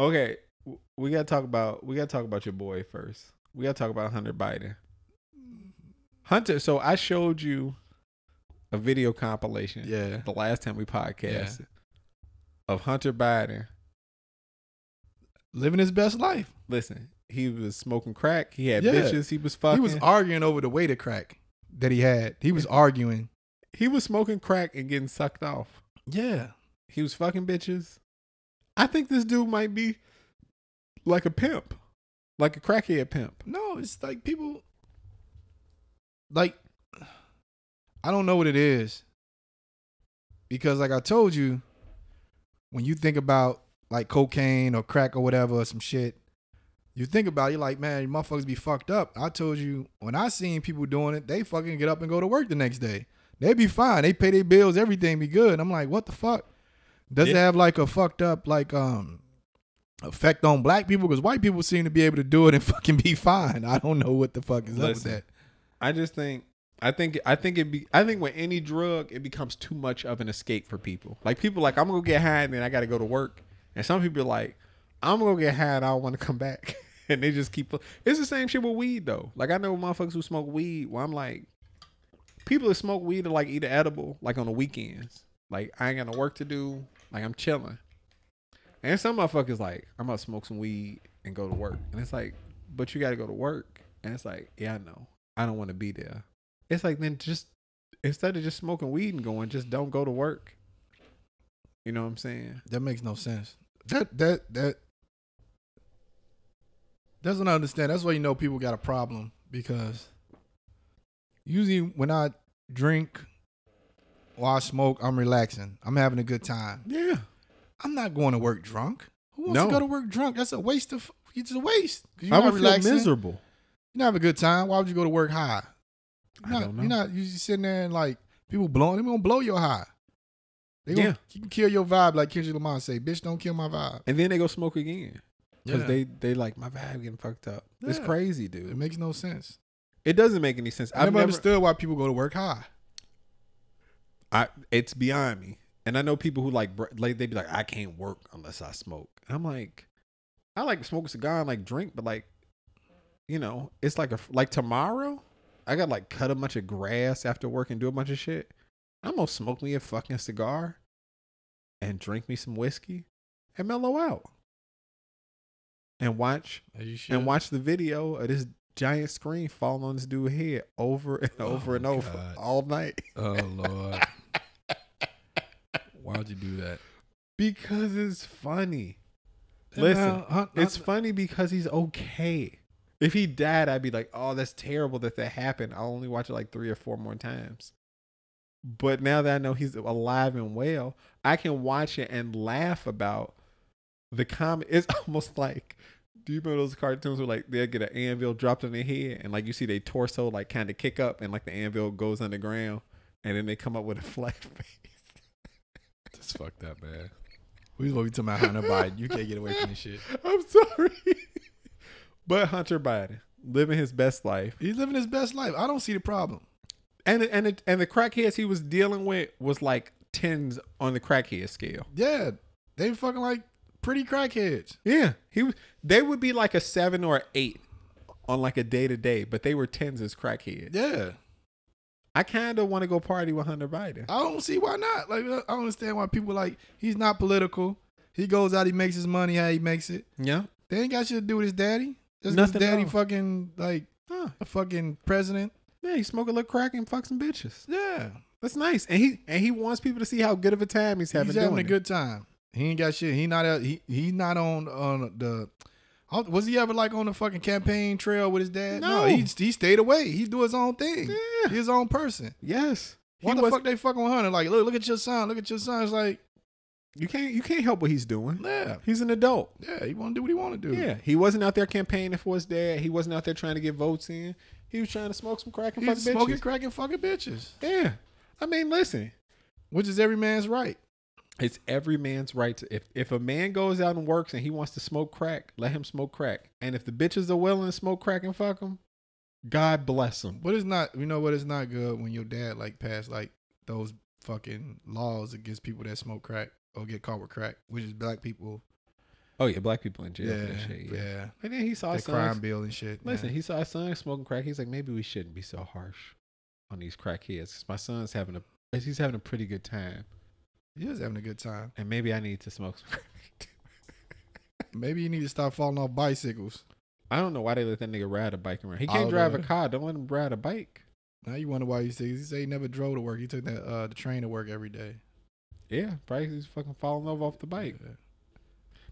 Speaker 2: Okay, w- we gotta talk about we gotta talk about your boy first. We gotta talk about Hunter Biden. Hunter. So I showed you a video compilation.
Speaker 1: Yeah.
Speaker 2: the last time we podcasted of Hunter Biden.
Speaker 1: Living his best life.
Speaker 2: Listen, he was smoking crack. He had
Speaker 1: Yeah.
Speaker 2: bitches. He was fucking.
Speaker 1: He was arguing over the weight of crack that he had. He was arguing.
Speaker 2: smoking crack and getting sucked off.
Speaker 1: Yeah.
Speaker 2: He was fucking bitches. I think this dude might be like a pimp, like a crackhead pimp.
Speaker 1: No, it's like people like I don't know what it is. Because like I told you, when you think about like cocaine or crack or whatever or some shit, you think about it, you're like, man, you motherfuckers be fucked up. I told you when I seen people doing it, they fucking get up and go to work the next day. They be fine. They pay their bills, everything be good. I'm like, what the fuck? Does it
Speaker 2: Yeah.
Speaker 1: have like a fucked up like um effect on black people? Because white people seem to be able to do it and fucking be fine. I don't know what the fuck is up with
Speaker 2: Listen.
Speaker 1: that.
Speaker 2: I just think. I think I think it be I think with any drug it becomes too much of an escape for people. Like people like I'm gonna get high and then I gotta go to work. And some people are like, I'm gonna get high and I don't wanna come back. and they just keep it's the same shit with weed though. Like I know motherfuckers who smoke weed where I'm like people that smoke weed are like either edible, like on the weekends. Like I ain't got no work to do, like I'm chilling. And some motherfuckers like, I'm gonna smoke some weed and go to work. And it's like, but you gotta go to work. And it's like, yeah, I know. I don't wanna be there. It's like then just instead of just smoking weed and going, just don't go to work. You know what I'm saying?
Speaker 1: That makes no sense. That that that that's what I understand. That's why you know people got a problem because usually when I drink or I smoke, I'm relaxing. I'm having a good time.
Speaker 2: Yeah.
Speaker 1: I'm not going to work drunk. Who wants
Speaker 2: No.
Speaker 1: to go to work drunk? That's a waste of it's a waste. 'Cause You're
Speaker 2: I
Speaker 1: not
Speaker 2: would feel
Speaker 1: relaxing. You're
Speaker 2: miserable.
Speaker 1: not having a good time. Why would you go to work high? You're
Speaker 2: I
Speaker 1: not,
Speaker 2: don't know.
Speaker 1: You're not you just sitting there and like people blowing. They're gonna blow your high. They gonna
Speaker 2: Yeah.
Speaker 1: you can kill your vibe like Kendrick Lamar say. Bitch, don't kill my vibe.
Speaker 2: And then they go smoke again. Because
Speaker 1: Yeah.
Speaker 2: they they like my vibe getting fucked up. It's
Speaker 1: Yeah.
Speaker 2: crazy,
Speaker 1: It
Speaker 2: dude.
Speaker 1: makes no sense.
Speaker 2: It doesn't make any sense.
Speaker 1: I never, understood why people go to work high.
Speaker 2: I it's beyond me. And I know people who like br- like they be like, I can't work unless I smoke. And I'm like, I like to smoke a cigar and like drink, but like, you know, it's like a like tomorrow, I got to like cut a bunch of grass after work and do a bunch of shit. I'm gonna smoke me a fucking cigar, and drink me some whiskey, and mellow out, and watch
Speaker 1: you should.
Speaker 2: and watch the video of this giant screen fall on this dude's head over and
Speaker 1: Oh
Speaker 2: over and
Speaker 1: my
Speaker 2: over
Speaker 1: God.
Speaker 2: all night.
Speaker 1: Oh Lord. Why'd you do that?
Speaker 2: Because it's funny. Listen, It's funny because he's okay. If he died, I'd be like, oh, that's terrible that that happened. I'll only watch it like three or four more times. But now that I know he's alive and well, I can watch it and laugh about the comment. It's almost like, do you remember those cartoons where like they'll get an anvil dropped on their head and like you see their torso like kind of kick up and like the anvil goes underground and then they come up with a flat face?
Speaker 1: just fucked up, man. We was supposed to be talking about Hunter Biden. You can't get away from this shit.
Speaker 2: I'm sorry. but Hunter Biden living his best life.
Speaker 1: He's living his best life. I don't see the problem.
Speaker 2: And and it, and the crackheads he was dealing with was like tens on the crackhead scale.
Speaker 1: Yeah, they fucking like pretty crackheads.
Speaker 2: Yeah, he was- they would be like a 7 or a 8 on like a day to day, but they were tens as crackheads.
Speaker 1: Yeah,
Speaker 2: I kind of want to go party with Hunter Biden.
Speaker 1: I don't see why not. Like I don't understand why people like he's not political. He goes out, he makes his money how he makes it.
Speaker 2: Yeah.
Speaker 1: They ain't got shit to do with his daddy. Just 'cause
Speaker 2: Nothing
Speaker 1: daddy
Speaker 2: wrong.
Speaker 1: fucking like
Speaker 2: Huh.
Speaker 1: a fucking president.
Speaker 2: Yeah, he smoke a little crack and fuck some bitches.
Speaker 1: Yeah,
Speaker 2: That's nice. And he and he wants people to see how good of a time he's having.
Speaker 1: he's having a
Speaker 2: doing it.
Speaker 1: good time. He ain't got shit. He not out. He he not on on the. oh, Was he ever like on the fucking campaign trail with his dad?
Speaker 2: No.
Speaker 1: he he stayed away. He do his own thing.
Speaker 2: Yeah.
Speaker 1: He his own person.
Speaker 2: Yes.
Speaker 1: Why
Speaker 2: He
Speaker 1: the
Speaker 2: was-
Speaker 1: fuck they fucking with Hunter? Like, look, look at your son. Look at your son. It's like,
Speaker 2: You can't you can't help what he's doing.
Speaker 1: yeah,
Speaker 2: He's an adult.
Speaker 1: yeah. He want to do what he want to do.
Speaker 2: Yeah. He wasn't out there campaigning for his dad. He wasn't out there trying to get votes in. He was trying to smoke some crack and fuck
Speaker 1: He's smoking,
Speaker 2: bitches.
Speaker 1: cracking, fucking bitches,
Speaker 2: Yeah. I mean, listen.
Speaker 1: which is every man's right.
Speaker 2: It's every man's right to if if a man goes out and works and he wants to smoke crack, let him smoke crack. And if the bitches are willing to smoke crack and fuck him, God bless him.
Speaker 1: But it's not, you know what? It's not good when your dad like passed like those fucking laws against people that smoke crack or get caught with crack, which is black people.
Speaker 2: Oh yeah, black people in jail
Speaker 1: Yeah,
Speaker 2: for that shit. Yeah.
Speaker 1: yeah.
Speaker 2: And then he saw
Speaker 1: That
Speaker 2: his
Speaker 1: crime
Speaker 2: son.
Speaker 1: bill and shit.
Speaker 2: Listen,
Speaker 1: yeah.
Speaker 2: he saw his son smoking crack. He's like, maybe we shouldn't be so harsh on these crackheads. 'cause My son's having a he's having a pretty good time,
Speaker 1: he was having a good time.
Speaker 2: and maybe I need to smoke some crack.
Speaker 1: Maybe you need to stop falling off bicycles.
Speaker 2: I don't know why they let that nigga ride a bike around. He
Speaker 1: I
Speaker 2: can't
Speaker 1: don't
Speaker 2: drive
Speaker 1: know.
Speaker 2: a car. Don't let him ride a bike.
Speaker 1: Now you wonder why he says he say he never drove to work. He took that uh, the train to work every day.
Speaker 2: Yeah, probably he's fucking falling over off the bike.
Speaker 1: Yeah.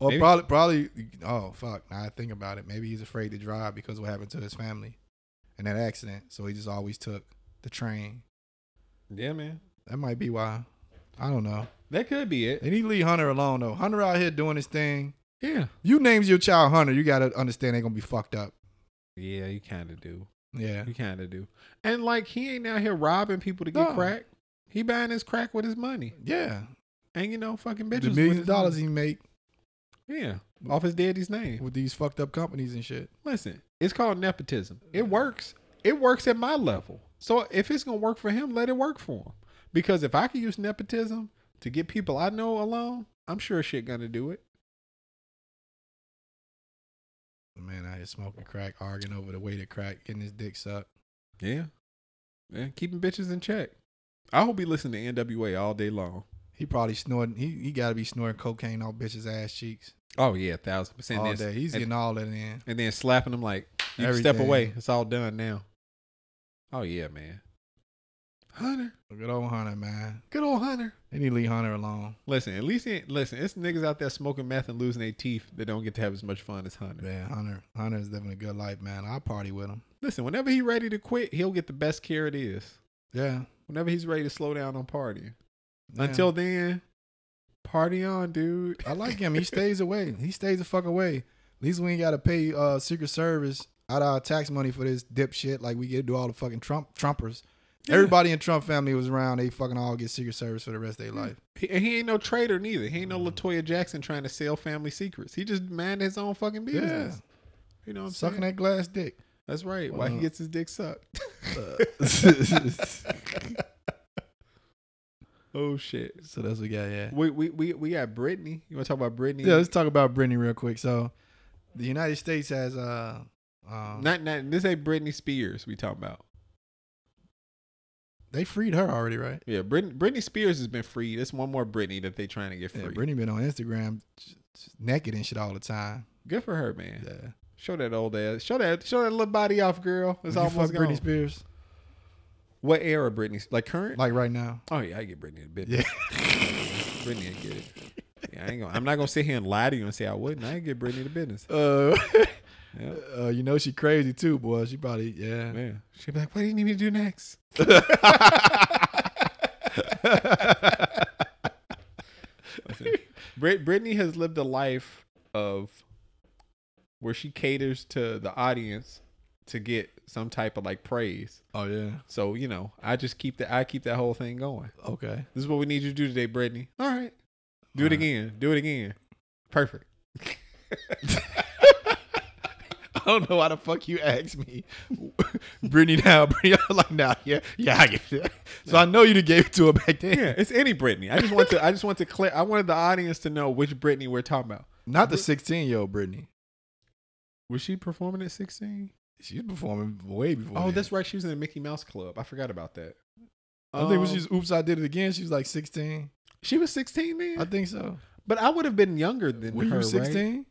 Speaker 1: Or
Speaker 2: Maybe-
Speaker 1: probably, probably. Oh fuck! Now I think about it. Maybe he's afraid to drive because of what happened to his family, and that accident. So he just always took the train.
Speaker 2: Yeah, man,
Speaker 1: That might be why. I don't know.
Speaker 2: that could be it.
Speaker 1: They need to leave Hunter alone though. Hunter out here doing his thing.
Speaker 2: Yeah,
Speaker 1: You names your child Hunter, you gotta understand they gonna be fucked up.
Speaker 2: yeah, you kind of do.
Speaker 1: Yeah.
Speaker 2: You kind of do. And like he ain't out here robbing people to get
Speaker 1: No.
Speaker 2: crack. He buying his crack with his money,
Speaker 1: Yeah.
Speaker 2: and you know, fucking bitches.
Speaker 1: The
Speaker 2: with
Speaker 1: millions of
Speaker 2: his
Speaker 1: dollars
Speaker 2: money.
Speaker 1: he make
Speaker 2: Yeah, off his daddy's name.
Speaker 1: with these fucked up companies and shit.
Speaker 2: Listen, it's called nepotism. It works. It works at my level. So if it's gonna work for him, let it work for him. Because if I can use nepotism to get people I know alone, I'm sure shit gonna do it.
Speaker 1: The man out here smoking crack, arguing over the weight of crack, getting his dick sucked.
Speaker 2: Yeah. Yeah. Keeping bitches in check. I hope he listen to NWA all day long.
Speaker 1: He probably snorting he he gotta be snorting cocaine off bitches ass cheeks.
Speaker 2: Oh yeah, a thousand percent.
Speaker 1: all
Speaker 2: And then-
Speaker 1: day. He's
Speaker 2: and,
Speaker 1: getting all that in.
Speaker 2: and then slapping them like you can step
Speaker 1: Everything.
Speaker 2: away. It's all done now. Oh yeah, man. Hunter.
Speaker 1: Good old Hunter, man.
Speaker 2: Good old Hunter.
Speaker 1: They need to leave Hunter alone.
Speaker 2: Listen, at least he ain't, listen, it's niggas out there smoking meth and losing their teeth that don't get to have as much fun as Hunter.
Speaker 1: Man, Hunter Hunter's living a good life, man. I'll party with him.
Speaker 2: Listen, whenever he ready to quit, he'll get the best care it is.
Speaker 1: Yeah.
Speaker 2: Whenever he's ready to slow down on partying.
Speaker 1: Yeah.
Speaker 2: Until then, party on, dude.
Speaker 1: I like him. He stays away. He stays the fuck away. At least we ain't gotta pay uh Secret Service out of our tax money for this dipshit. Like we get to do all the fucking Trump Trumpers.
Speaker 2: Yeah.
Speaker 1: Everybody in Trump family was around. They fucking all get Secret Service for the rest of their life.
Speaker 2: He, and he ain't no traitor neither. He ain't no Latoya Jackson trying to sell family secrets. He just mind his own fucking business.
Speaker 1: Yeah.
Speaker 2: You know what I'm
Speaker 1: Sucking that
Speaker 2: saying?
Speaker 1: glass dick.
Speaker 2: That's right. Why he
Speaker 1: Uh.
Speaker 2: gets his dick sucked. oh shit.
Speaker 1: so that's what we got. Yeah.
Speaker 2: We we we, we got Brittany. You want to talk about Brittany?
Speaker 1: Yeah. Let's talk about Brittany real quick. So the United States has uh um,
Speaker 2: Not not this ain't Britney Spears we talking about.
Speaker 1: they freed her already, right?
Speaker 2: Yeah, Britney, Britney Spears has been free. There's one more Britney that they trying to get free.
Speaker 1: Yeah, Brittany been on Instagram j- j- naked and shit all the time.
Speaker 2: Good for her, man.
Speaker 1: Yeah.
Speaker 2: Show that old ass. Show that show that little body off, girl. It's
Speaker 1: Would you
Speaker 2: almost
Speaker 1: fuck Britney
Speaker 2: gone.
Speaker 1: Spears
Speaker 2: What era Britney? Like current?
Speaker 1: like right now.
Speaker 2: oh yeah, I get Britney a bit.
Speaker 1: Yeah.
Speaker 2: Britney, I get it. Yeah, I ain't gonna, I'm not gonna sit here and lie to you and say I wouldn't. I get Britney the business.
Speaker 1: Uh,
Speaker 2: Yeah,
Speaker 1: uh, you know she crazy too, boy. She probably yeah.
Speaker 2: man. She'd be like, "What do you need me to do next?" Brit- Britney has lived a life of where she caters to the audience to get some type of like praise.
Speaker 1: Oh yeah.
Speaker 2: So you know, I just keep that I keep that whole thing going.
Speaker 1: Okay.
Speaker 2: This is what we need you to do today, Brittany. All right, do
Speaker 1: All
Speaker 2: it
Speaker 1: right.
Speaker 2: again. Do it again. Perfect.
Speaker 1: I don't know why the fuck you asked me, Brittany. Now, Brittany, I'm like, nah, yeah, yeah, I get it. So I know you done gave it to her back then.
Speaker 2: Yeah, it's any Brittany. I just want to. I just want to clear. I wanted the audience to know which Brittany we're talking about.
Speaker 1: Not the 16 year old Brittany.
Speaker 2: Was she performing at sixteen?
Speaker 1: She's performing way before.
Speaker 2: Oh,
Speaker 1: then.
Speaker 2: that's right. She was in the Mickey Mouse Club. I forgot about that.
Speaker 1: I think when
Speaker 2: Um,
Speaker 1: she's "Oops, I Did It Again," she was like 16.
Speaker 2: she was sixteen then.
Speaker 1: I think so.
Speaker 2: but I would have been younger than
Speaker 1: Were
Speaker 2: her.
Speaker 1: you
Speaker 2: right?
Speaker 1: 16?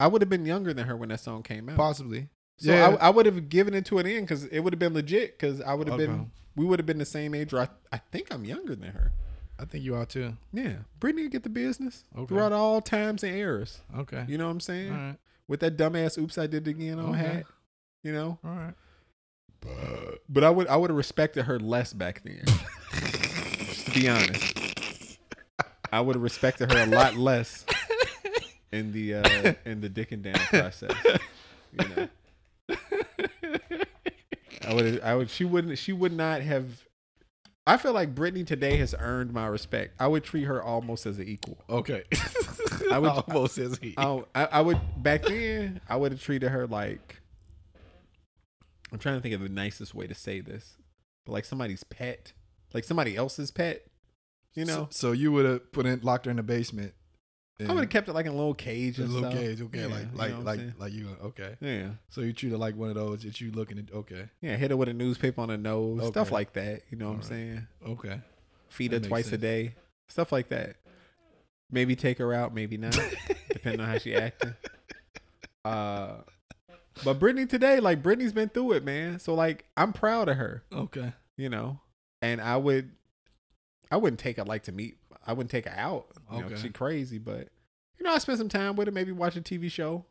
Speaker 2: I would have been younger than her when that song came out.
Speaker 1: Possibly.
Speaker 2: So
Speaker 1: Yeah.
Speaker 2: I, I would have given it to an end because it would have been legit. Because I would have
Speaker 1: Okay.
Speaker 2: been, we would have been the same age. Or I, I think I'm younger than her.
Speaker 1: I think you are too.
Speaker 2: Yeah, Britney would get the business
Speaker 1: Okay.
Speaker 2: throughout all times and eras.
Speaker 1: Okay.
Speaker 2: You know what I'm saying?
Speaker 1: All right.
Speaker 2: With that dumbass "Oops, I Did It Again" on
Speaker 1: Okay.
Speaker 2: hat. You know,
Speaker 1: All right.
Speaker 2: but I would I would have respected her less back then. Just to be honest, I would have respected her a lot less in the uh, in the dick and down process. You know, I would I would she wouldn't she would not have. I feel like Brittany today has earned my respect. I would treat her almost as an equal.
Speaker 1: Okay.
Speaker 2: I would-
Speaker 1: almost says he.
Speaker 2: Oh, I, I would back then. I would have treated her like. I'm trying to think of the nicest way to say this, but like somebody's pet, like somebody else's pet. You know,
Speaker 1: So, so you would have put in locked her in the basement.
Speaker 2: I would have
Speaker 1: and-
Speaker 2: kept it like in a little cage
Speaker 1: in
Speaker 2: and
Speaker 1: a little
Speaker 2: stuff.
Speaker 1: cage. Okay.
Speaker 2: Yeah,
Speaker 1: like
Speaker 2: you
Speaker 1: like
Speaker 2: know what I'm
Speaker 1: like
Speaker 2: saying?
Speaker 1: like you. Okay.
Speaker 2: yeah,
Speaker 1: So you treat her like one of those that you looking at. Okay.
Speaker 2: yeah. Hit her with a newspaper on the nose, stuff
Speaker 1: Okay.
Speaker 2: like that. You know what I'm
Speaker 1: Alright.
Speaker 2: saying?
Speaker 1: Okay.
Speaker 2: Feed
Speaker 1: That
Speaker 2: her
Speaker 1: makes
Speaker 2: twice a
Speaker 1: sense.
Speaker 2: day, stuff like that. Maybe take her out, maybe not, depending on how she acting. Uh, but Brittany today, like Brittany's been through it, man. So like, I'm proud of her.
Speaker 1: Okay.
Speaker 2: you know. And I would, I wouldn't take her like to meet. I wouldn't take her out. You know,
Speaker 1: Okay.
Speaker 2: she crazy, but you know, I spend some time with her. Maybe watch a TV show.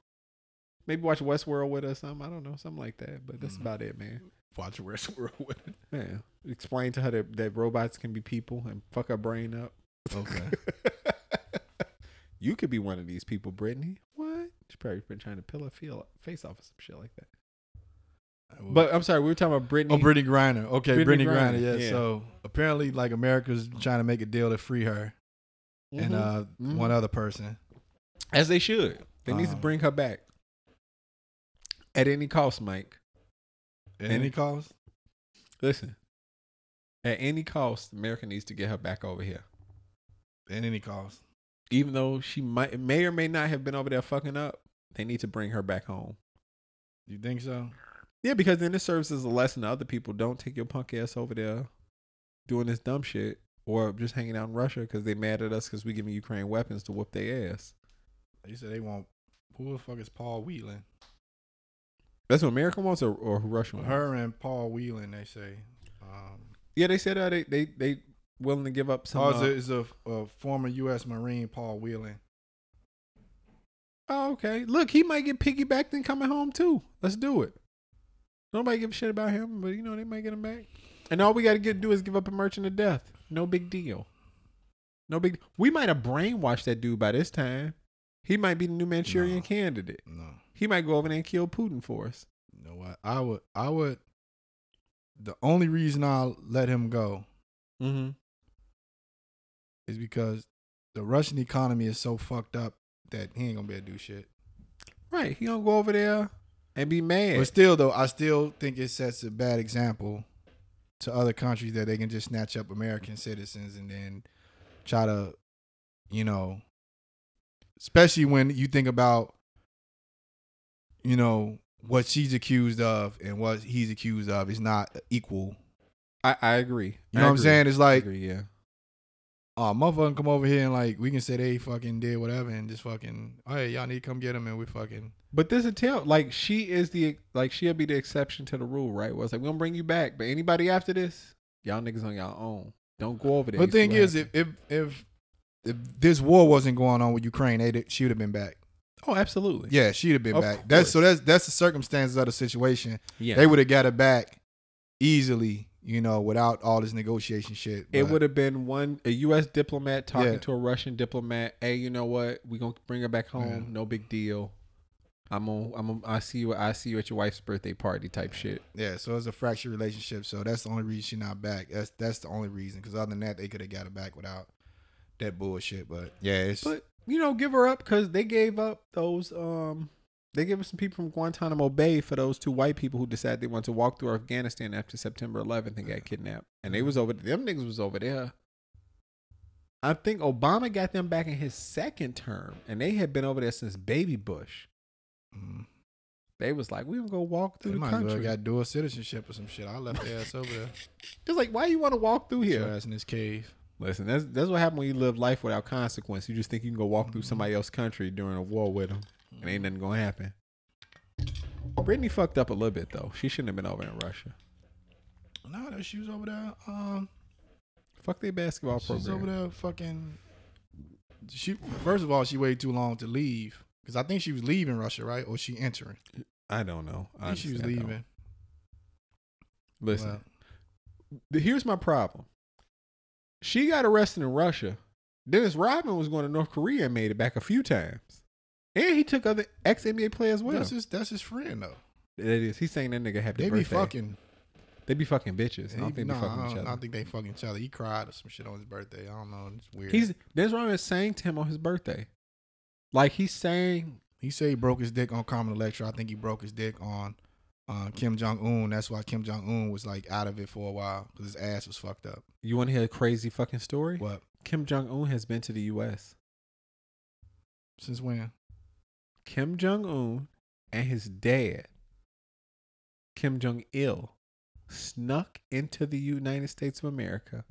Speaker 2: Maybe watch Westworld with her. or Something I don't know, something like that. But that's
Speaker 1: Mm.
Speaker 2: about it, man.
Speaker 1: Watch West World with it.
Speaker 2: Man, explain to her that, that robots can be people and fuck her brain up.
Speaker 1: Okay.
Speaker 2: you could be one of these people, Brittany. What? She's probably been trying to pill her feel, face off or some shit like that. But I'm sorry, we were talking about Brittany.
Speaker 1: Oh, Brittany Griner. Okay,
Speaker 2: Brittany
Speaker 1: Brittany, Griner.
Speaker 2: Griner,
Speaker 1: Yeah,
Speaker 2: yeah.
Speaker 1: So apparently, like America's trying to make a deal to free her and
Speaker 2: Mhm.
Speaker 1: uh,
Speaker 2: Mhm.
Speaker 1: one other person.
Speaker 2: As they should. They need to
Speaker 1: Um,
Speaker 2: bring her back. At any cost, Mike.
Speaker 1: At
Speaker 2: And-
Speaker 1: any cost?
Speaker 2: Listen. At any cost, America needs to get her back over here.
Speaker 1: At any cost.
Speaker 2: Even though she might may or may not have been over there fucking up, they need to bring her back home.
Speaker 1: You think so?
Speaker 2: Yeah, because then it serves as a lesson to other people. Don't take your punk ass over there doing this dumb shit or just hanging out in Russia because they mad at us because we giving Ukraine weapons to whoop their ass.
Speaker 1: They said they want. Who the fuck is Paul Whelan?
Speaker 2: That's what America wants or, or who Russia wants?
Speaker 1: Her and Paul Whelan, they say. Um,
Speaker 2: Yeah, they said uh, they, they, they willing to give up some.
Speaker 1: Paul Oh,
Speaker 2: uh,
Speaker 1: is a, a former U.S. Marine, Paul Whelan.
Speaker 2: Oh, okay. Look, he might get piggybacked and coming home too. Let's do it. Nobody give a shit about him, but you know they might get him back. And all we got to get do is give up a merchant of death. No big deal. No big. We might have brainwashed that dude by this time. He might be the new Manchurian
Speaker 1: No.
Speaker 2: candidate.
Speaker 1: No,
Speaker 2: He might go over there and kill Putin for us.
Speaker 1: you know what? I would. I would. The only reason I'll let him go
Speaker 2: Mm-hmm.
Speaker 1: is because the Russian economy is so fucked up that he ain't gonna be able to do shit.
Speaker 2: Right. He gonna go over there and be
Speaker 1: But
Speaker 2: mad.
Speaker 1: still, though, I still think it sets a bad example to other countries that they can just snatch up American citizens and then try to, you know, especially when you think about, you know, what she's accused of and what he's accused of is not equal.
Speaker 2: I, I agree.
Speaker 1: You know
Speaker 2: I
Speaker 1: what I'm
Speaker 2: agree.
Speaker 1: saying? It's
Speaker 2: I
Speaker 1: like,
Speaker 2: agree, yeah.
Speaker 1: oh, motherfucker, come over here and like we can say they fucking did whatever and just fucking, hey, y'all need to come get them and we fucking
Speaker 2: But this a tell like she is the like she'll be the exception to the rule, right? Where it's like we're gonna bring you back, but anybody after this, y'all niggas on y'all own. Don't go over there.
Speaker 1: But
Speaker 2: You see
Speaker 1: thing
Speaker 2: what
Speaker 1: is, if,
Speaker 2: happened.
Speaker 1: if if if this war wasn't going on with Ukraine, they she would have been back.
Speaker 2: oh, absolutely,
Speaker 1: Yeah, she'd have been
Speaker 2: Of
Speaker 1: back. That's so
Speaker 2: course.
Speaker 1: that's that's the circumstances of the situation.
Speaker 2: yeah.
Speaker 1: They would have got her back easily, you know, without all this negotiation shit.
Speaker 2: it
Speaker 1: but-
Speaker 2: would have been one a U.S. diplomat talking
Speaker 1: Yeah.
Speaker 2: to a Russian diplomat. Hey, you know what? We gonna bring her back home.
Speaker 1: Yeah.
Speaker 2: No big deal. I'm on. I'm on. I see you. I see you at your wife's birthday party type shit.
Speaker 1: yeah. So it's a fractured relationship. So that's the only reason she's not back. That's that's the only reason. Because other than that, they could have got her back without that bullshit. But yeah, it's
Speaker 2: But you know, give her up because they gave up those. Um, they gave us some people from Guantanamo Bay for those two white people who decided they wanted to walk through Afghanistan after September 11th and got kidnapped. And
Speaker 1: Mm-hmm.
Speaker 2: they was over. Them niggas was over there. I think Obama got them back in his second term, and they had been over there since Baby Bush.
Speaker 1: mm,
Speaker 2: They was like, "We gonna go walk
Speaker 1: they
Speaker 2: through the
Speaker 1: might as well
Speaker 2: country."
Speaker 1: got dual citizenship or some shit. I left their ass over there.
Speaker 2: It's like, why you want to walk through
Speaker 1: Yeah,
Speaker 2: here?
Speaker 1: ass in this cave.
Speaker 2: Listen, that's that's what happened when you live life without consequence. You just think you can go walk through somebody else's country during a war with them. and ain't nothing gonna happen. Brittany fucked up a little bit though. She shouldn't have been over in Russia.
Speaker 1: No, that she was over there. Um,
Speaker 2: Fuck their basketball
Speaker 1: she was over
Speaker 2: program.
Speaker 1: there fucking. She first of all, she waited too long to leave because I think she was leaving Russia, right? Or she entering?
Speaker 2: I don't know.
Speaker 1: I think she was
Speaker 2: understand, though.
Speaker 1: leaving.
Speaker 2: Listen,
Speaker 1: Well,
Speaker 2: th- here's my problem. She got arrested in Russia. Dennis Rodman was going to North Korea and made it back a few times, and he took other ex NBA players with
Speaker 1: that's
Speaker 2: him.
Speaker 1: his that's his friend though.
Speaker 2: That is, he's saying that nigga happy
Speaker 1: They
Speaker 2: birthday.
Speaker 1: be fucking.
Speaker 2: They be fucking bitches. I
Speaker 1: he-
Speaker 2: don't think
Speaker 1: nah,
Speaker 2: they fucking
Speaker 1: I,
Speaker 2: each
Speaker 1: don't,
Speaker 2: other.
Speaker 1: I don't think they fucking each other. He cried or some shit on his birthday. I don't know. It's weird.
Speaker 2: He's Dennis Rodman sang to him on his birthday. Like he's saying,
Speaker 1: He said he broke his dick on Carmen Electra. I think he broke his dick on uh, Kim Jong Un. That's why Kim Jong Un was like out of it for a while because his ass was fucked up.
Speaker 2: "You want to hear a crazy fucking story?
Speaker 1: What?
Speaker 2: Kim Jong Un has been to the U.S.
Speaker 1: Since when?
Speaker 2: Kim Jong Un and his dad, Kim Jong Il, snuck into the United States of America,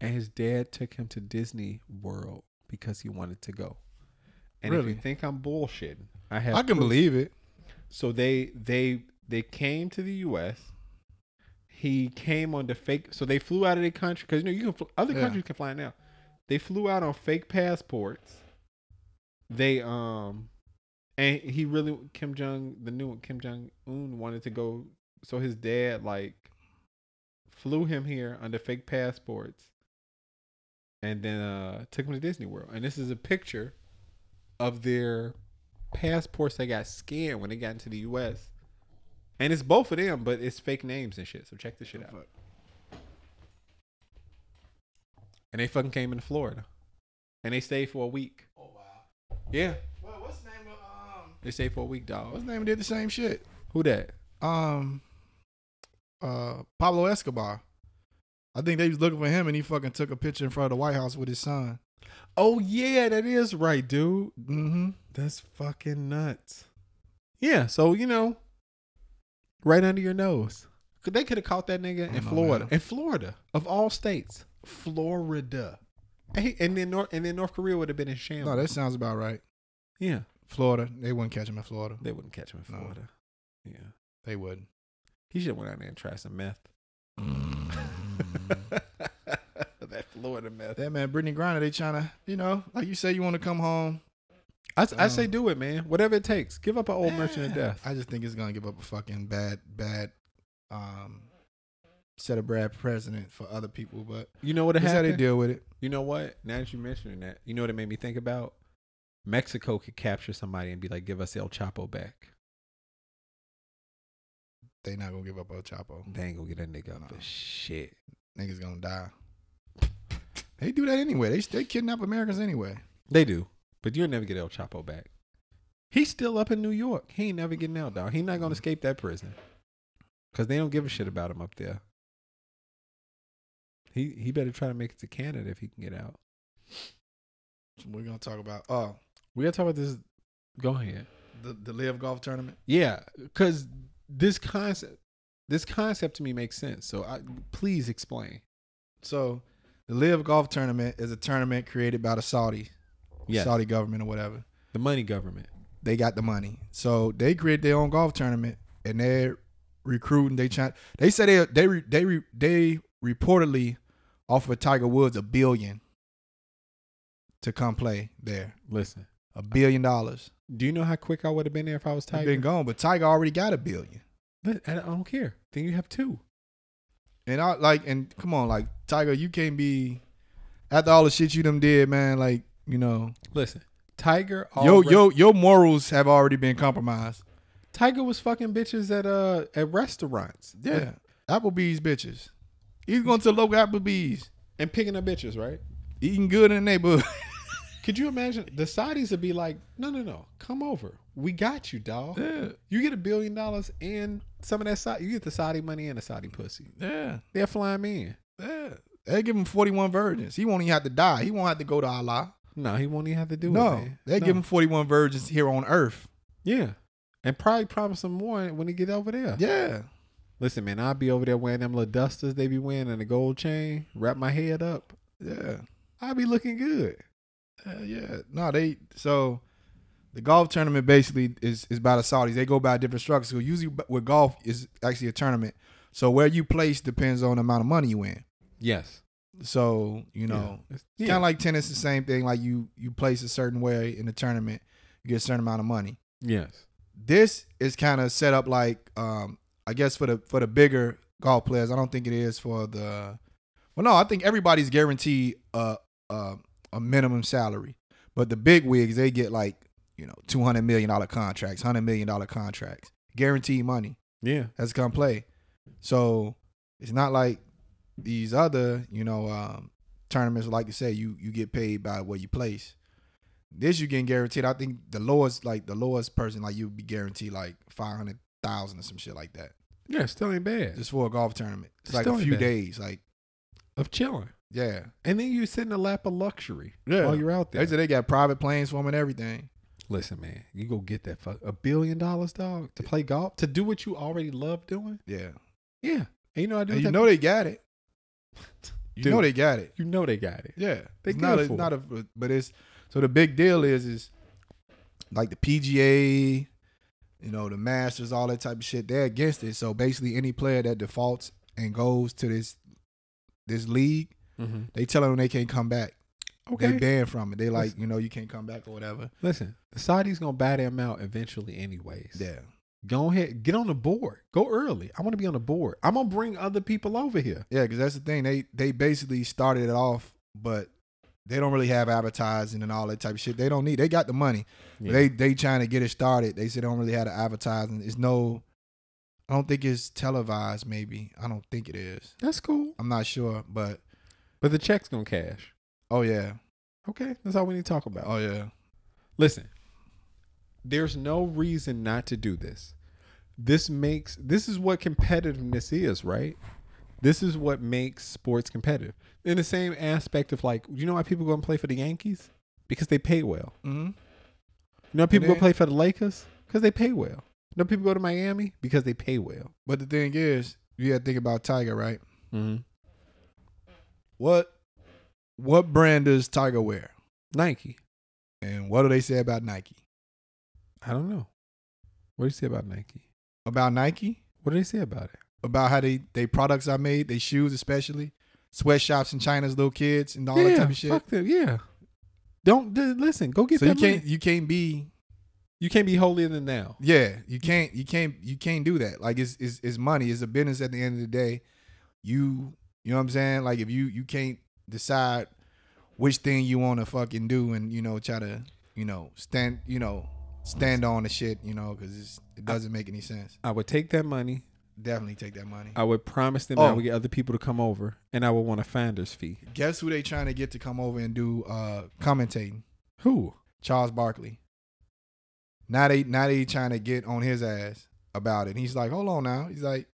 Speaker 2: and his dad took him to Disney World because he wanted to go. And if
Speaker 1: Really?
Speaker 2: you think I'm bullshitting, I have.
Speaker 1: I can
Speaker 2: proof.
Speaker 1: believe it.
Speaker 2: So they they they came to the U.S. He came on the fake. So they flew out of the country because you know you can fl- other
Speaker 1: Yeah.
Speaker 2: countries can fly now. They flew out on fake passports. They um, and he really Kim Jong the new Kim Jong Un wanted to go. So his dad like flew him here under fake passports, and then uh took him to Disney World. And this is a picture of their passports that got scanned when they got into the U.S. And it's both of them, but it's fake names and shit. So check this shit out. And they fucking came into Florida, and they stayed for a week.
Speaker 1: Oh wow.
Speaker 2: Yeah,
Speaker 1: Well, what's the name of um?
Speaker 2: they stayed for a week, dog.
Speaker 1: What's the name did the same shit?
Speaker 2: Who that?
Speaker 1: Um, uh, Pablo Escobar. I think they was looking for him, and he fucking took a picture in front of the White House with his son.
Speaker 2: Oh yeah, that is right, dude.
Speaker 1: Mm-hmm.
Speaker 2: That's fucking nuts. Yeah, so you know, right under your nose. Cause they could have caught that nigga
Speaker 1: I
Speaker 2: in
Speaker 1: know,
Speaker 2: Florida.
Speaker 1: man.
Speaker 2: In Florida, of all states, Florida. And, he- and then North and then North Korea would have been in shambles.
Speaker 1: No, that sounds about right.
Speaker 2: yeah,
Speaker 1: Florida, they wouldn't catch him in Florida.
Speaker 2: they wouldn't catch him in
Speaker 1: No.
Speaker 2: Florida. Yeah,
Speaker 1: They wouldn't.
Speaker 2: he should have went out there and tried some meth. Mm-hmm. that Florida meth.
Speaker 1: Mm. That man, Brittany Griner, they trying to, you know, like you say, you want to come home.
Speaker 2: I, I say
Speaker 1: Um,
Speaker 2: do it, man. Whatever it takes. Give up an old merchant of
Speaker 1: Yeah.
Speaker 2: death.
Speaker 1: I just think it's gonna give up a fucking bad, bad, um, set of bad precedent for other people. But
Speaker 2: you know what
Speaker 1: that's how
Speaker 2: happened?
Speaker 1: they deal with it.
Speaker 2: You know what? Now that you mentioning that, you know what it made me think about? Mexico could capture somebody and be like, give us El Chapo back.
Speaker 1: They not gonna give up El Chapo.
Speaker 2: They ain't gonna get that nigga up
Speaker 1: No.
Speaker 2: for shit.
Speaker 1: Niggas gonna die. They do that anyway. They they kidnap Americans anyway.
Speaker 2: They do. But you'll never get El Chapo back. He's still up in New York. He ain't never getting out, dog. He not gonna escape that prison. Cause they don't give a shit about him up there. He he better try to make it to Canada if he can get out.
Speaker 1: So we're gonna talk about oh
Speaker 2: We gotta talk about this. Go ahead.
Speaker 1: the the live golf tournament.
Speaker 2: Yeah, because this concept, this concept to me makes sense. So I, please explain.
Speaker 1: So the live golf tournament is a tournament created by the Saudi
Speaker 2: Yes.
Speaker 1: Saudi government or whatever.
Speaker 2: The money government.
Speaker 1: they got the money. So they create their own golf tournament and they're recruiting. They try. They say they they re- they re- they reportedly offered Tiger Woods a billion to come play there.
Speaker 2: Listen,
Speaker 1: A billion dollars.
Speaker 2: do you know how quick I would have been there if I was
Speaker 1: He's
Speaker 2: Tiger?
Speaker 1: been gone, but Tiger already got a billion.
Speaker 2: Li- I don't- I don't care. Then you have two.
Speaker 1: And I like and come on, like Tiger, you can't be after all the shit you done did, man. Like you know,
Speaker 2: Listen, Tiger.
Speaker 1: yo
Speaker 2: alre-
Speaker 1: yo your morals have already been compromised.
Speaker 2: Tiger was fucking bitches at uh at restaurants.
Speaker 1: Yeah,
Speaker 2: and,
Speaker 1: Applebee's bitches. He's going to the local Applebee's.
Speaker 2: and picking up bitches, right?
Speaker 1: eating good in the neighborhood.
Speaker 2: Could you imagine the Saudis would be like, no, no, no, come over. We got you, dog. You get a billion dollars and some of that Saudi, you get the Saudi money and the Saudi pussy.
Speaker 1: yeah,
Speaker 2: They're flying me in.
Speaker 1: yeah. They give him forty one virgins. He won't even have to die. He won't have to go to Allah.
Speaker 2: No, he won't even have to do it.
Speaker 1: no,
Speaker 2: man.
Speaker 1: they
Speaker 2: No.
Speaker 1: give him forty one virgins here on Earth.
Speaker 2: yeah, and probably promise him more when he get over there.
Speaker 1: Yeah,
Speaker 2: Listen, man, I'll be over there wearing them little dusters they be wearing and the gold chain, wrap my head up.
Speaker 1: yeah,
Speaker 2: I'll be looking good.
Speaker 1: Uh, yeah. yeah. No, they so the golf tournament basically is is by the Saudis. They go by different structures. So usually, b- with golf is actually a tournament. So where you place depends on the amount of money you win.
Speaker 2: Yes.
Speaker 1: So you
Speaker 2: Yeah.
Speaker 1: know,
Speaker 2: It's-
Speaker 1: it's
Speaker 2: yeah.
Speaker 1: kind of like tennis. The same thing. Like you you place a certain way in the tournament, you get a certain amount of money.
Speaker 2: Yes.
Speaker 1: This is kind of set up like um I guess for the for the bigger golf players. I don't think it is for the. Well, no, I think everybody's guaranteed a a, a minimum salary, but the big wigs they get like you know two hundred million dollar contracts, hundred million dollar contracts, guaranteed money
Speaker 2: Yeah.
Speaker 1: has come play. So it's not like these other, you know, um, tournaments like to say you you get paid by what you place. This you getting guaranteed. I think the lowest like the lowest person like you'd be guaranteed like five hundred thousand or some shit like that.
Speaker 2: Yeah. Still ain't bad.
Speaker 1: Just for a golf tournament. It's
Speaker 2: It's
Speaker 1: like a
Speaker 2: still ain't
Speaker 1: few
Speaker 2: bad.
Speaker 1: days. Like
Speaker 2: of chilling.
Speaker 1: yeah.
Speaker 2: And then you sit in a lap of luxury
Speaker 1: Yeah.
Speaker 2: while you're out there.
Speaker 1: They said they got private planes for them and everything.
Speaker 2: Listen, man, you go get that fuck a billion dollars, dog, to play golf, to do what you already love doing.
Speaker 1: Yeah.
Speaker 2: Yeah, and you know I do.
Speaker 1: And you
Speaker 2: that-
Speaker 1: know they got it. You
Speaker 2: Dude.
Speaker 1: know they got it.
Speaker 2: you know they got it.
Speaker 1: Yeah,
Speaker 2: They
Speaker 1: it's not
Speaker 2: good
Speaker 1: a,
Speaker 2: for
Speaker 1: it's not a but it's so the big deal is is like the PGA, you know, the Masters, all that type of shit. They're against it. So basically, any player that defaults and goes to this this league,
Speaker 2: Mm-hmm.
Speaker 1: they telling them they can't come back.
Speaker 2: Okay,
Speaker 1: They banned from it. They like you know you can't come back or whatever.
Speaker 2: listen, the Saudis gonna buy them out eventually, anyways.
Speaker 1: Yeah,
Speaker 2: Go ahead, get on the board. Go early. I want to be on the board. I'm gonna bring other people over here.
Speaker 1: yeah, because that's the thing. They they basically started it off, but they don't really have advertising and all that type of shit. They don't need. They got the money. But They they trying to get it started. They said they don't really have the advertising. It's no, I don't think it's televised. Maybe I don't think it is.
Speaker 2: that's cool.
Speaker 1: I'm not sure, but
Speaker 2: But the check's gonna cash.
Speaker 1: oh yeah,
Speaker 2: Okay, that's all we need to talk about.
Speaker 1: oh yeah,
Speaker 2: Listen, there's no reason not to do this. This makes this is what competitiveness is, right? This is what makes sports competitive. In the same aspect of like, you know why people go and play for the Yankees? Because they pay well.
Speaker 1: mm-hmm.
Speaker 2: You know why people
Speaker 1: And
Speaker 2: go
Speaker 1: then-
Speaker 2: play for the Lakers? Because they pay well. You know people go to Miami? Because they pay well.
Speaker 1: But the thing is, you got to think about Tiger, right?
Speaker 2: Mm-hmm.
Speaker 1: What what brand does Tiger wear,
Speaker 2: Nike.
Speaker 1: and what do they say about Nike?
Speaker 2: I don't know. What do you say about Nike?
Speaker 1: About Nike,
Speaker 2: What do they say about it?
Speaker 1: about how they they products are made, they shoes especially, sweatshops in China's little kids and all
Speaker 2: yeah,
Speaker 1: that type of shit.
Speaker 2: fuck them. Yeah. Don't d- listen. Go get
Speaker 1: So you
Speaker 2: that.
Speaker 1: can't
Speaker 2: money.
Speaker 1: you can't be
Speaker 2: you can't be holier than thou.
Speaker 1: Yeah, you can't, you can't, you can't do that. Like it's, it's, it's money. It's a business. At the end of the day, you, you know what I'm saying. Like if you, you can't decide which thing you want to fucking do, and you know, try to, you know, stand, you know, stand on the shit, you know, because it doesn't make any sense.
Speaker 2: I would take that money.
Speaker 1: Definitely take that money.
Speaker 2: I would promise them I
Speaker 1: Oh.
Speaker 2: would get other people to come over, and I would want a finder's fee.
Speaker 1: Guess who they trying to get to come over and do uh commentating?
Speaker 2: Who?
Speaker 1: Charles Barkley. Now they now they trying to get on his ass about it. He's like, hold on now. He's like,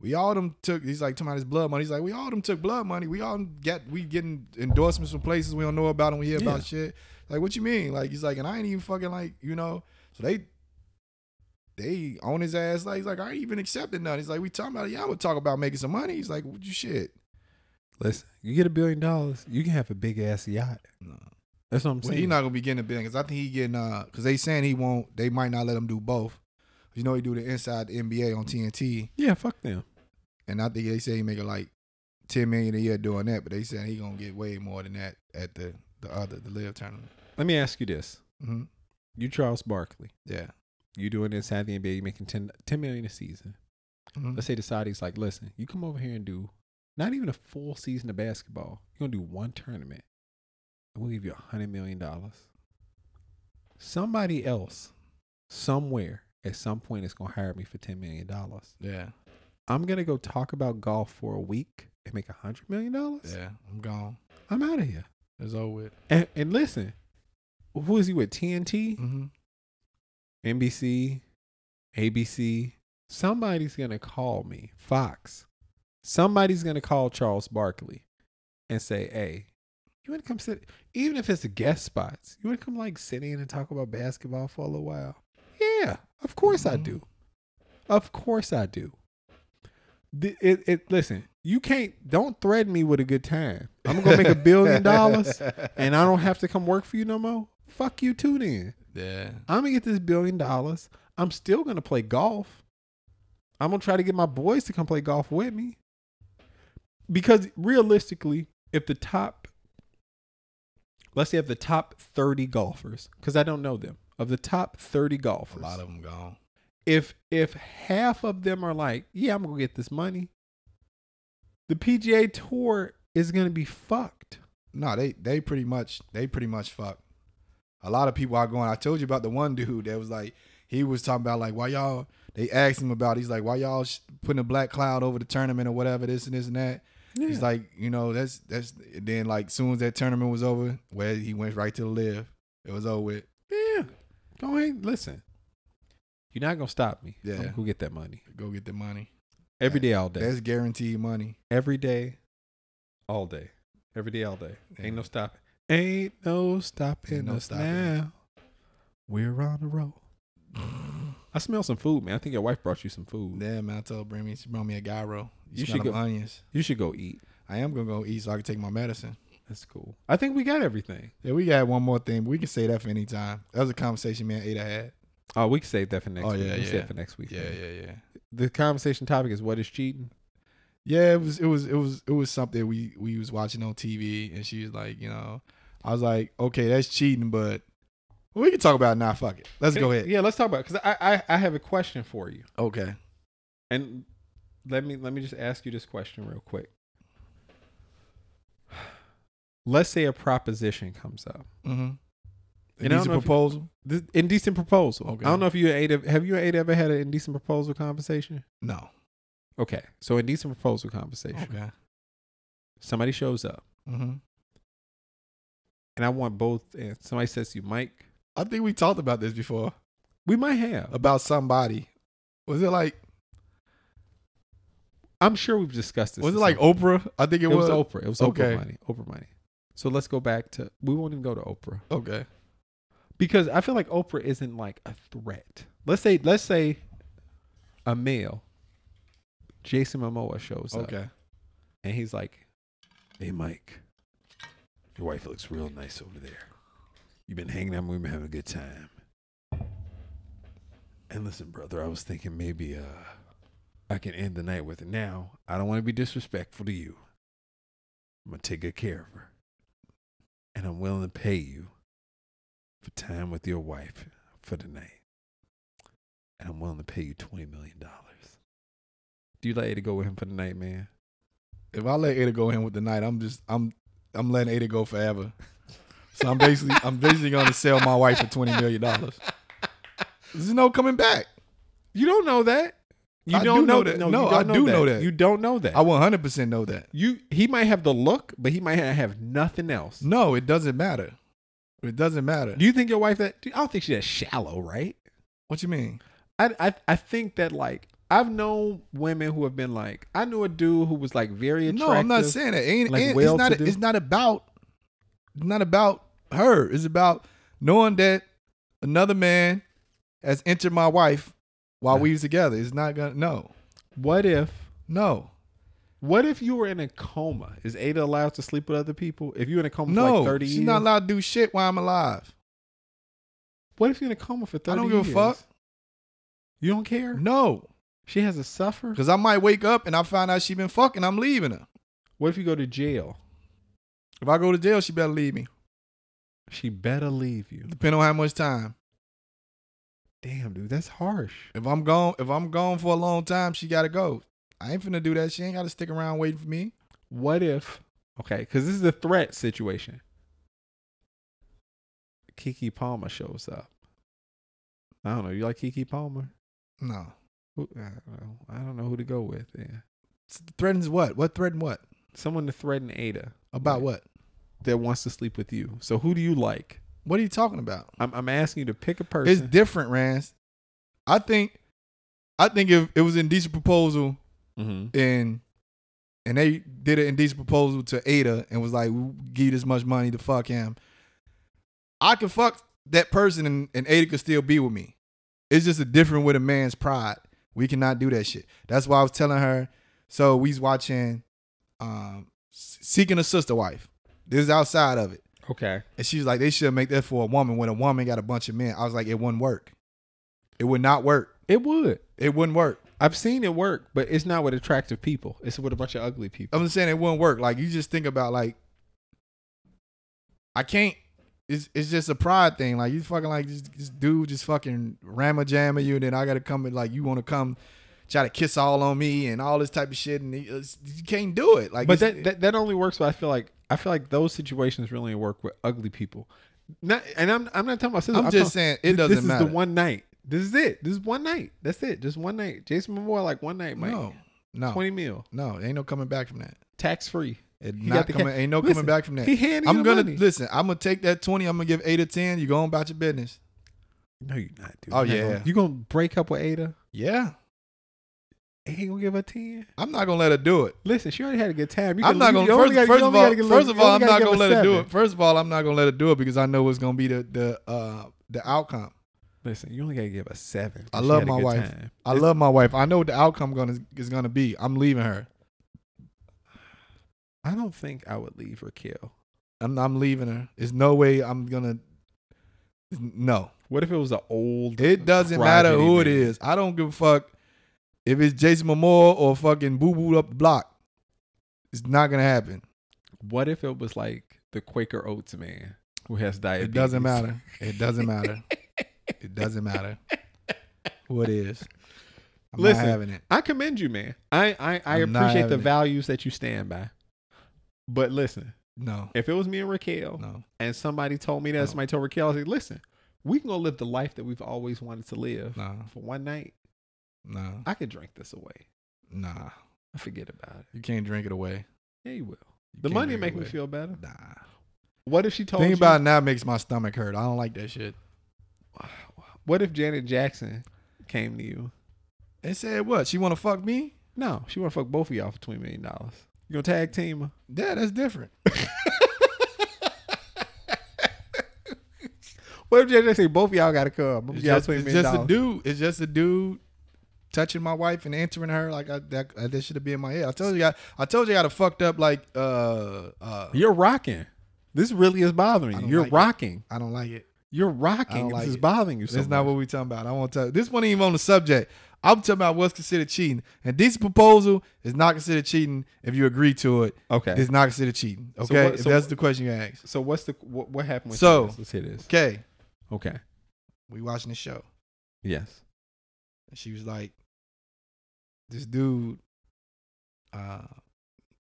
Speaker 1: we all them took. He's like, talking about his blood money. He's like, we all them took blood money. We all get we getting endorsements from places we don't know about and we hear
Speaker 2: Yeah.
Speaker 1: about shit. Like, what you mean? Like, he's like, and I ain't even fucking like you know. So they they on his ass. Like, he's like, I ain't even accepting none. He's like, we talking about it. Yeah, I would talk about making some money. He's like, what you shit.
Speaker 2: Listen, you get a billion dollars, you can have a big ass yacht.
Speaker 1: No.
Speaker 2: That's what I'm
Speaker 1: Well,
Speaker 2: saying.
Speaker 1: he's not gonna be getting a billion because I think he getting uh because they saying he won't. They might not let him do both. You know he do the inside the NBA on TNT,
Speaker 2: yeah, fuck them.
Speaker 1: and I think they say he making like ten million a year doing that, but they saying he gonna get way more than that at the the other the live tournament.
Speaker 2: Let me ask you this:
Speaker 1: hmm
Speaker 2: You Charles Barkley,
Speaker 1: Yeah,
Speaker 2: you doing inside the NBA, you making 10, 10 million a season.
Speaker 1: Mhm.
Speaker 2: Let's say the Saudis like, listen, you come over here and do not even a full season of basketball. You're gonna do one tournament, and we'll give you a hundred million dollars. Somebody else, somewhere, at some point, is gonna hire me for ten million dollars.
Speaker 1: yeah,
Speaker 2: I'm gonna go talk about golf for a week and make a hundred million dollars.
Speaker 1: yeah. I'm gone.
Speaker 2: I'm out of here.
Speaker 1: It's over with.
Speaker 2: And, and listen, who is he with? TNT,
Speaker 1: Mm-hmm.
Speaker 2: NBC, ABC. Somebody's gonna call me. Fox. Somebody's gonna call Charles Barkley and say, "Hey, you wanna come sit? Even if it's a guest spots, you wanna come like sit in and talk about basketball for a little while?" Yeah, of course I
Speaker 1: Mhm.
Speaker 2: do. Of course I do. Th- It, it, listen, you can't. Don't threaten me with a good time. I'm gonna make a billion dollars, and I don't have to come work for you no more. Fuck you too then.
Speaker 1: Yeah.
Speaker 2: I'm gonna get this billion dollars. I'm still gonna play golf. I'm gonna try to get my boys to come play golf with me. Because realistically, if the top, let's say, if the top 30 golfers, because I don't know them, of the top 30
Speaker 1: A
Speaker 2: golfers,
Speaker 1: lot of them gone.
Speaker 2: if if half of them are like, yeah, I'm gonna get this money, the PGA Tour is gonna be fucked.
Speaker 1: No, they they pretty much they pretty much fuck. A lot of people are going. I told you about the one dude that was like he was talking about like why y'all. They asked him about. it. He's like why y'all sh- putting a black cloud over the tournament or whatever this and this and that. He's like you know that's that's. Then like soon as that tournament was over, where he went right to the live. It was over with.
Speaker 2: yeah, go ahead, listen. You're not gonna stop me. I'm
Speaker 1: Yeah.
Speaker 2: gonna go get that money
Speaker 1: Go get the money.
Speaker 2: every
Speaker 1: That-
Speaker 2: day, all day,
Speaker 1: That's guaranteed money.
Speaker 2: every day, all day, every day, all day.
Speaker 1: Yeah.
Speaker 2: Ain't no stopping. Ain't no stopping
Speaker 1: Ain't no
Speaker 2: us
Speaker 1: stopping.
Speaker 2: now. We're on the road. I smell some food, man. I think your wife brought you some food.
Speaker 1: Damn, man, I told bring me she brought me a gyro. You,
Speaker 2: You
Speaker 1: smell
Speaker 2: should
Speaker 1: them
Speaker 2: go-
Speaker 1: onions.
Speaker 2: You should go eat.
Speaker 1: I am gonna go eat so I can take my medicine.
Speaker 2: That's cool. I think we got everything.
Speaker 1: Yeah, we got one more thing. But we can say that for any time. That was a conversation me and Ada had.
Speaker 2: Oh, we can save that for next
Speaker 1: Oh,
Speaker 2: week.
Speaker 1: yeah,
Speaker 2: we can save
Speaker 1: yeah.
Speaker 2: it for next week. man.
Speaker 1: yeah, yeah.
Speaker 2: The conversation topic is what is cheating?
Speaker 1: Yeah, it was it was it was it was something we we was watching on TV, and she was like, you know, I was like, okay, that's cheating, but we can talk about it now. Fuck it, let's go ahead.
Speaker 2: Yeah, let's talk about it. Because I, I, I have a question for you.
Speaker 1: Okay,
Speaker 2: And let me let me just ask you this question real quick. Let's say a proposition comes up.
Speaker 1: mm-hmm.
Speaker 2: I don't
Speaker 1: Indecent
Speaker 2: know if you-
Speaker 1: proposal?
Speaker 2: This indecent proposal.
Speaker 1: Okay.
Speaker 2: I don't know if you and Ada have you and Ada ever had an indecent proposal conversation?
Speaker 1: No.
Speaker 2: Okay. So indecent proposal conversation.
Speaker 1: Okay.
Speaker 2: Somebody shows up
Speaker 1: Mm-hmm.
Speaker 2: and I want both and somebody says to you, Mike,
Speaker 1: I think we talked about this before
Speaker 2: we might have.
Speaker 1: about somebody. Was it like
Speaker 2: I'm sure we've discussed this.
Speaker 1: was it
Speaker 2: at
Speaker 1: like
Speaker 2: some-
Speaker 1: Oprah? I think it,
Speaker 2: it
Speaker 1: was.
Speaker 2: was, Oprah. It was
Speaker 1: okay.
Speaker 2: Oprah money. Oprah money. So let's go back to we won't even go to Oprah.
Speaker 1: Okay.
Speaker 2: because I feel like Oprah isn't like a threat. Let's say let's say a male, Jason Momoa shows up
Speaker 1: okay.
Speaker 2: and he's like, "Hey Mike, your wife looks real nice over there. You've been hanging out, we've been having a good time. And listen, brother, I was thinking maybe uh I can end the night with it. Now I don't want to be disrespectful to you. I'm gonna take good care of her, and I'm willing to pay you for time with your wife for the night. And I'm willing to pay you twenty million dollars. Do you like to go with him for the night, man?
Speaker 1: If I let Ada go in with the night, I'm just I'm I'm letting Ada go forever. So I'm basically I'm basically gonna sell my wife for twenty million dollars. There's no coming back.
Speaker 2: You don't know that. You
Speaker 1: I
Speaker 2: don't
Speaker 1: do
Speaker 2: know,
Speaker 1: know
Speaker 2: that.
Speaker 1: that.
Speaker 2: No,
Speaker 1: No,
Speaker 2: you don't
Speaker 1: I do know that.
Speaker 2: You don't know that.
Speaker 1: I 100 percent know that.
Speaker 2: you he might have the look, but he might not have nothing else.
Speaker 1: No, it doesn't matter. It doesn't matter.
Speaker 2: Do you think your wife that? Dude, I don't think she's that shallow, right?
Speaker 1: what you mean?
Speaker 2: I, I I think that like I've known women who have been like I knew a dude who was like very attractive.
Speaker 1: No, I'm not saying that. Ain't,
Speaker 2: like
Speaker 1: ain't- it's not.
Speaker 2: well-to-do?
Speaker 1: It's not about. It's not about her. It's about knowing that another man has entered my wife while
Speaker 2: No.
Speaker 1: we was together. It's not gonna. No,
Speaker 2: What if
Speaker 1: no,
Speaker 2: what if you were in a coma? Is Ada allowed to sleep with other people? If you're in a coma for
Speaker 1: no.
Speaker 2: like thirty
Speaker 1: she's
Speaker 2: years,
Speaker 1: not allowed to do shit while I'm alive.
Speaker 2: what if you're in a coma for thirty?
Speaker 1: don't give a
Speaker 2: years?
Speaker 1: fuck.
Speaker 2: You don't care.
Speaker 1: No,
Speaker 2: She has to suffer.
Speaker 1: because I might wake up and I find out she been fucking. I'm leaving her.
Speaker 2: What if you go to jail?
Speaker 1: If I go to jail, she better leave me.
Speaker 2: She better leave you.
Speaker 1: Depending on how much time.
Speaker 2: Damn, dude, that's harsh.
Speaker 1: If I'm gone, if I'm gone for a long time, she gotta go. I ain't finna do that. She ain't gotta stick around waiting for me.
Speaker 2: What if? Okay, because this is a threat situation. Kiki Palmer shows up. I don't know. You like Kiki Palmer?
Speaker 1: No.
Speaker 2: Who, I, don't know. I don't know who to go with. Yeah.
Speaker 1: Threatens what? What threatened what?
Speaker 2: Someone to threaten Ada
Speaker 1: About
Speaker 2: Right.
Speaker 1: what?
Speaker 2: that wants to sleep with you. So who do you like?
Speaker 1: What are you talking about?
Speaker 2: I'm, I'm asking you to pick a person.
Speaker 1: It's different, Rans. I think I think if it was an indecent proposal
Speaker 2: Mhm.
Speaker 1: and and they did an indecent proposal to Ada and was like, we give you this much money to fuck him. I could fuck that person and, and Ada could still be with me. It's just a different with a man's pride. We cannot do that shit. That's why I was telling her. So we's watching um, Seeking a Sister Wife. This is outside of it.
Speaker 2: Okay.
Speaker 1: And she was like, they should make that for a woman when a woman got a bunch of men. I was like, it wouldn't work. It would not work.
Speaker 2: It would.
Speaker 1: It wouldn't work.
Speaker 2: I've seen it work, but it's not with attractive people. It's with a bunch of ugly people.
Speaker 1: I'm just saying it wouldn't work. Like you just think about like I can't it's it's just a pride thing. Like you fucking like this, this dude just fucking rammer jamming you and then I gotta come and like you wanna come try to kiss all on me and all this type of shit and it's, you can't do it. Like
Speaker 2: but
Speaker 1: it's-
Speaker 2: that, that that only works. But I feel like I feel like those situations really work with ugly people. Not, and I'm I'm not talking about.
Speaker 1: I'm, just saying it doesn't
Speaker 2: this
Speaker 1: matter.
Speaker 2: is the one night. This is it. This is one night. That's it. Just one night. Jason Momoa, like one night, Mike.
Speaker 1: no. No.
Speaker 2: Twenty mil,
Speaker 1: no, ain't no coming back from that.
Speaker 2: tax free.
Speaker 1: It
Speaker 2: He
Speaker 1: not
Speaker 2: got the
Speaker 1: coming,
Speaker 2: ca-
Speaker 1: ain't no
Speaker 2: Listen,
Speaker 1: coming back from that.
Speaker 2: He handing
Speaker 1: I'm
Speaker 2: you
Speaker 1: gonna
Speaker 2: the money.
Speaker 1: listen. I'm gonna take that twenty. I'm gonna give eight or ten. You go on about your business.
Speaker 2: no, you're not, dude.
Speaker 1: Oh,
Speaker 2: You're not
Speaker 1: yeah.
Speaker 2: gonna- you gonna break up with Ada?
Speaker 1: Yeah,
Speaker 2: And he gonna give her ten?
Speaker 1: I'm not gonna let her do it.
Speaker 2: Listen, she already had a good time. You
Speaker 1: I'm
Speaker 2: can-
Speaker 1: not gonna
Speaker 2: you- you only
Speaker 1: first,
Speaker 2: gotta- you
Speaker 1: first of
Speaker 2: only
Speaker 1: all
Speaker 2: gotta give-
Speaker 1: first of
Speaker 2: you only
Speaker 1: all I'm
Speaker 2: gotta
Speaker 1: not
Speaker 2: give
Speaker 1: gonna
Speaker 2: her
Speaker 1: let her do
Speaker 2: seven.
Speaker 1: it. First of all, I'm not gonna let her do it because I know it's gonna be the the uh the outcome.
Speaker 2: Listen, you only gotta give a seven.
Speaker 1: I
Speaker 2: She
Speaker 1: love
Speaker 2: had a
Speaker 1: my
Speaker 2: good
Speaker 1: wife.
Speaker 2: time.
Speaker 1: I
Speaker 2: It's-
Speaker 1: love my wife. I know what the outcome gonna is gonna be. I'm leaving her.
Speaker 2: I don't think I would leave Raquel.
Speaker 1: I'm I'm leaving her. There's no way I'm gonna. No,
Speaker 2: What if it was an old?
Speaker 1: it doesn't
Speaker 2: Cry
Speaker 1: matter who it
Speaker 2: baby.
Speaker 1: is. I don't give a fuck if it's Jason Momoa or fucking Boo Boo up the block. It's not gonna happen.
Speaker 2: What if it was like the Quaker Oats man who has diabetes?
Speaker 1: It doesn't matter. It doesn't matter. it doesn't matter who it is. I'm
Speaker 2: Listen,
Speaker 1: not having it.
Speaker 2: I commend you, man. I I, I
Speaker 1: I'm not
Speaker 2: appreciate the
Speaker 1: having it.
Speaker 2: values that you stand by. But listen,
Speaker 1: No,
Speaker 2: if it was me and Raquel,
Speaker 1: no.
Speaker 2: and somebody told me that,
Speaker 1: No.
Speaker 2: somebody told Raquel, I said, "Listen, we can go live the life that we've always wanted to live
Speaker 1: No,
Speaker 2: for one night.
Speaker 1: no,
Speaker 2: I could drink this away.
Speaker 1: nah.
Speaker 2: I forget about it.
Speaker 1: You can't drink it away.
Speaker 2: Yeah, you will.
Speaker 1: You
Speaker 2: The
Speaker 1: can't
Speaker 2: money
Speaker 1: drink
Speaker 2: make
Speaker 1: it
Speaker 2: me
Speaker 1: away.
Speaker 2: feel better.
Speaker 1: Nah.
Speaker 2: What if she told
Speaker 1: Think
Speaker 2: you?
Speaker 1: about it now makes my stomach hurt. I don't like that shit.
Speaker 2: what if Janet Jackson came to you?
Speaker 1: And said what? She want to fuck me?
Speaker 2: No, she want to fuck both of y'all for twenty million dollars. You gonna tag team her?
Speaker 1: Yeah, that's different.
Speaker 2: What if Janet Jackson say both of y'all gotta come? I'm gonna
Speaker 1: It's
Speaker 2: give y'all
Speaker 1: just,
Speaker 2: $20
Speaker 1: it's
Speaker 2: million
Speaker 1: just a dude. It's just a dude touching my wife and answering her like I, that. uh, That should have been in my head. I told you, I, I told you, I got a fucked up like. uh uh
Speaker 2: You're rocking. This really is
Speaker 1: I
Speaker 2: bothering you.
Speaker 1: don't
Speaker 2: You're
Speaker 1: like it.
Speaker 2: rocking.
Speaker 1: I don't like it.
Speaker 2: You're
Speaker 1: I don't
Speaker 2: rocking. This
Speaker 1: like
Speaker 2: is
Speaker 1: it.
Speaker 2: bothering you. So
Speaker 1: That's not
Speaker 2: much.
Speaker 1: what we're talking about. I won't tell. This one ain't even on the subject. I'm talking about what's considered cheating, and this proposal is not considered cheating if you agree to it.
Speaker 2: Okay.
Speaker 1: It's not considered cheating. Okay,
Speaker 2: what-
Speaker 1: if
Speaker 2: so
Speaker 1: that's
Speaker 2: what-
Speaker 1: the question you asked.
Speaker 2: so what's the what, what happened? With
Speaker 1: So-
Speaker 2: this? let's hit this.
Speaker 1: Okay,
Speaker 2: Okay.
Speaker 1: we watching the show.
Speaker 2: Yes.
Speaker 1: And she was like, this dude, uh,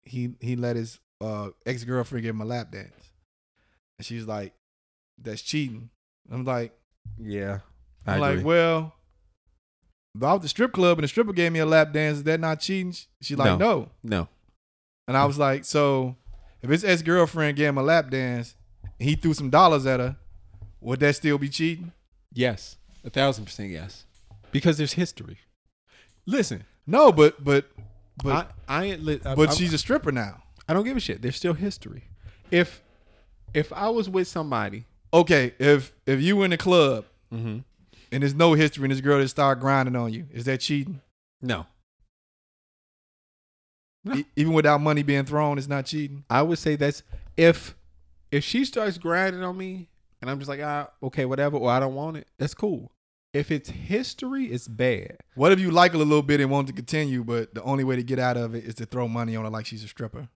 Speaker 1: he he let his uh, ex girlfriend give him a lap dance, and she was like, that's cheating. I'm like,
Speaker 2: Yeah.
Speaker 1: I'm like, well, but I was at the strip club and the stripper gave me a lap dance. Is that not cheating? She's like,
Speaker 2: No.
Speaker 1: no.
Speaker 2: no.
Speaker 1: And I was like, so if his ex girlfriend gave him a lap dance, and he threw some dollars at her, would that still be cheating?
Speaker 2: Yes. A thousand percent yes. Because there's history. Listen,
Speaker 1: No, but but but
Speaker 2: I, I ain't. Li- I,
Speaker 1: but
Speaker 2: I,
Speaker 1: she's a stripper now.
Speaker 2: I don't give a shit. There's still history. If if I was with somebody,
Speaker 1: Okay, if if you in the club
Speaker 2: Mm-hmm.
Speaker 1: and there's no history and this girl just start grinding on you, is that cheating?
Speaker 2: no, No.
Speaker 1: E- even without money being thrown, it's not cheating.
Speaker 2: I would say that's if if she starts grinding on me and I'm just like, ah, okay, whatever, or I don't want it. That's cool. If it's history, it's bad.
Speaker 1: What if you like her a little bit and want to continue, but the only way to get out of it is to throw money on her like she's a stripper?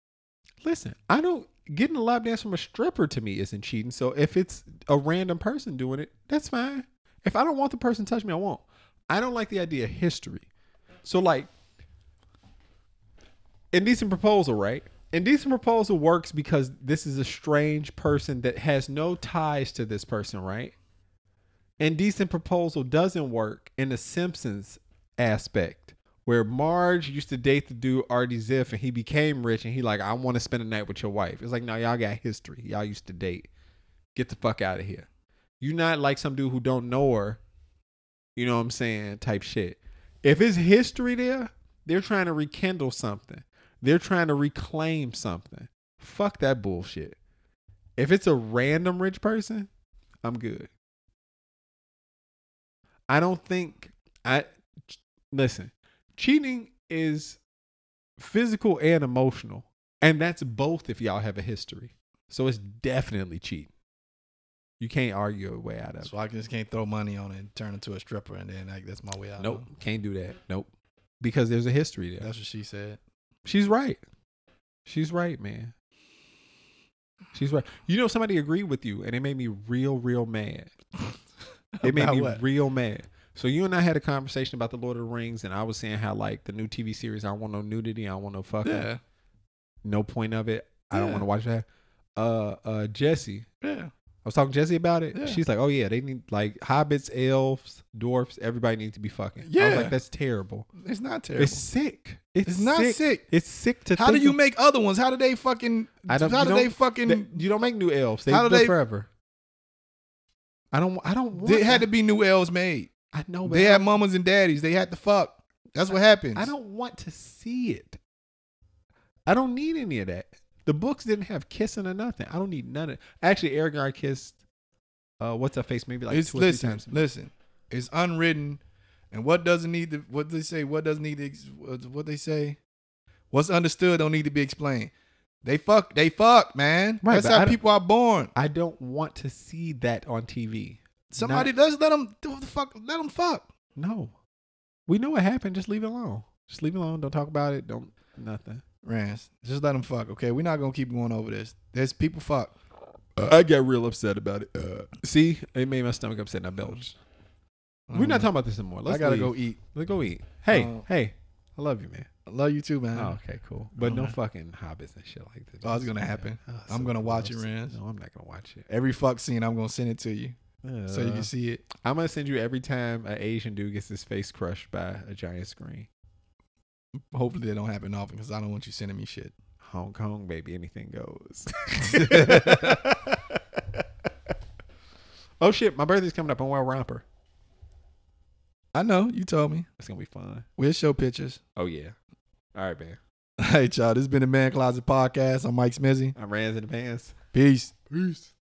Speaker 2: Listen, I don't getting a lap dance from a stripper to me isn't cheating. So if it's a random person doing it, that's fine. If I don't want the person to touch me, I won't. I don't like the idea of history. So like indecent proposal, right? Indecent proposal works because this is a strange person that has no ties to this person, right? Indecent proposal doesn't work in the Simpsons aspect where Marge used to date the dude Artie Ziff and he became rich and he like, I want to spend a night with your wife. It's like, no, y'all got history. Y'all used to date. Get the fuck out of here. you not like some dude who don't know her. You know what I'm saying? Type shit. If it's history there, they're trying to rekindle something. They're trying to reclaim something. Fuck that bullshit. If it's a random rich person, I'm good. I don't think I listen. Cheating is physical and emotional, and that's both if y'all have a history. So it's definitely cheating. You can't argue your way out of it.
Speaker 1: So I just can't throw money on it and turn into a stripper and then like that's my way out.
Speaker 2: Nope. Can't do that. Nope. Because there's a history there.
Speaker 1: That's what she said.
Speaker 2: She's right. She's right, man. She's right. You know, somebody agreed with you, and it made me real, real mad. It made
Speaker 1: About
Speaker 2: me
Speaker 1: what?
Speaker 2: real mad. So you and I had a conversation about the Lord of the Rings, and I was saying how like the new TV series, I don't want no nudity, I don't want no fucking,
Speaker 1: Yeah.
Speaker 2: no point of it. I don't
Speaker 1: Yeah.
Speaker 2: want to watch that. Uh, uh, Jesse,
Speaker 1: Yeah.
Speaker 2: I was talking to Jesse about it.
Speaker 1: Yeah.
Speaker 2: She's like, "Oh yeah, they need like hobbits, elves, dwarfs. Everybody needs to be fucking." I was
Speaker 1: Yeah.
Speaker 2: like, "That's terrible.
Speaker 1: It's not terrible.
Speaker 2: It's sick. It's,
Speaker 1: It's not sick.
Speaker 2: It's sick to.
Speaker 1: how do
Speaker 2: think
Speaker 1: you
Speaker 2: of-
Speaker 1: make other ones? How do they fucking?
Speaker 2: I don't-
Speaker 1: how
Speaker 2: you
Speaker 1: do
Speaker 2: don't-
Speaker 1: they fucking?
Speaker 2: that- you don't make new elves. They
Speaker 1: How do
Speaker 2: live
Speaker 1: they-
Speaker 2: forever. I don't. I don't. Want
Speaker 1: There had to
Speaker 2: that.
Speaker 1: be new L's made.
Speaker 2: I know. But
Speaker 1: They
Speaker 2: I
Speaker 1: had mamas and daddies. They had to fuck. That's what happens.
Speaker 2: Oh, I don't want to see it. I don't need any of that. The books didn't have kissing or nothing. I don't need none of. Actually, Aragorn kissed. Uh, what's her face? Maybe like
Speaker 1: it's
Speaker 2: two or three
Speaker 1: listen,
Speaker 2: times.
Speaker 1: listen. It's unwritten, and what doesn't need to what they say. What doesn't need to ex- what what they say. What's understood don't need to be explained. They fuck. They fuck, man.
Speaker 2: Right,
Speaker 1: That's
Speaker 2: but I
Speaker 1: how
Speaker 2: don't-
Speaker 1: people are born.
Speaker 2: I don't want to see that on TV.
Speaker 1: Somebody does let them do what the fuck. Let them fuck.
Speaker 2: No, we know what happened. Just leave it alone. Just leave it alone. Don't talk about it. Don't nothing.
Speaker 1: Rance, just let them fuck. Okay, we're not gonna keep going over this. There's people fuck.
Speaker 2: I got real upset about it. Uh, see, it made my stomach upset and I belched. We're not
Speaker 1: Mm.
Speaker 2: talking about this anymore. Let's
Speaker 1: I gotta
Speaker 2: leave.
Speaker 1: go eat.
Speaker 2: Let's go eat. Hey,
Speaker 1: Uh,
Speaker 2: hey, I love you, man.
Speaker 1: I love you too, man.
Speaker 2: Oh, okay, cool. But no
Speaker 1: Alright.
Speaker 2: fucking hobbits and shit like that.
Speaker 1: Oh, it's gonna happen.
Speaker 2: Oh,
Speaker 1: I'm gonna watch it,
Speaker 2: gross.
Speaker 1: Renz.
Speaker 2: No, I'm not gonna watch it.
Speaker 1: Every fuck scene, I'm gonna send it to you so you
Speaker 2: Uh,
Speaker 1: can see it.
Speaker 2: I'm gonna send you every time an Asian dude gets his face crushed by a giant screen.
Speaker 1: Hopefully, that don't happen often because I don't want you sending me shit.
Speaker 2: Hong Kong, baby, anything goes. oh shit, my birthday's coming up. I'm wearing a romper.
Speaker 1: I know you told me.
Speaker 2: It's gonna be fun.
Speaker 1: We'll show pictures.
Speaker 2: Oh yeah. All right, man.
Speaker 1: Hey, y'all. This has been the Man Closet Podcast. I'm Mike Smizzy.
Speaker 2: I'm Rans in the pants.
Speaker 1: Peace.
Speaker 2: Peace.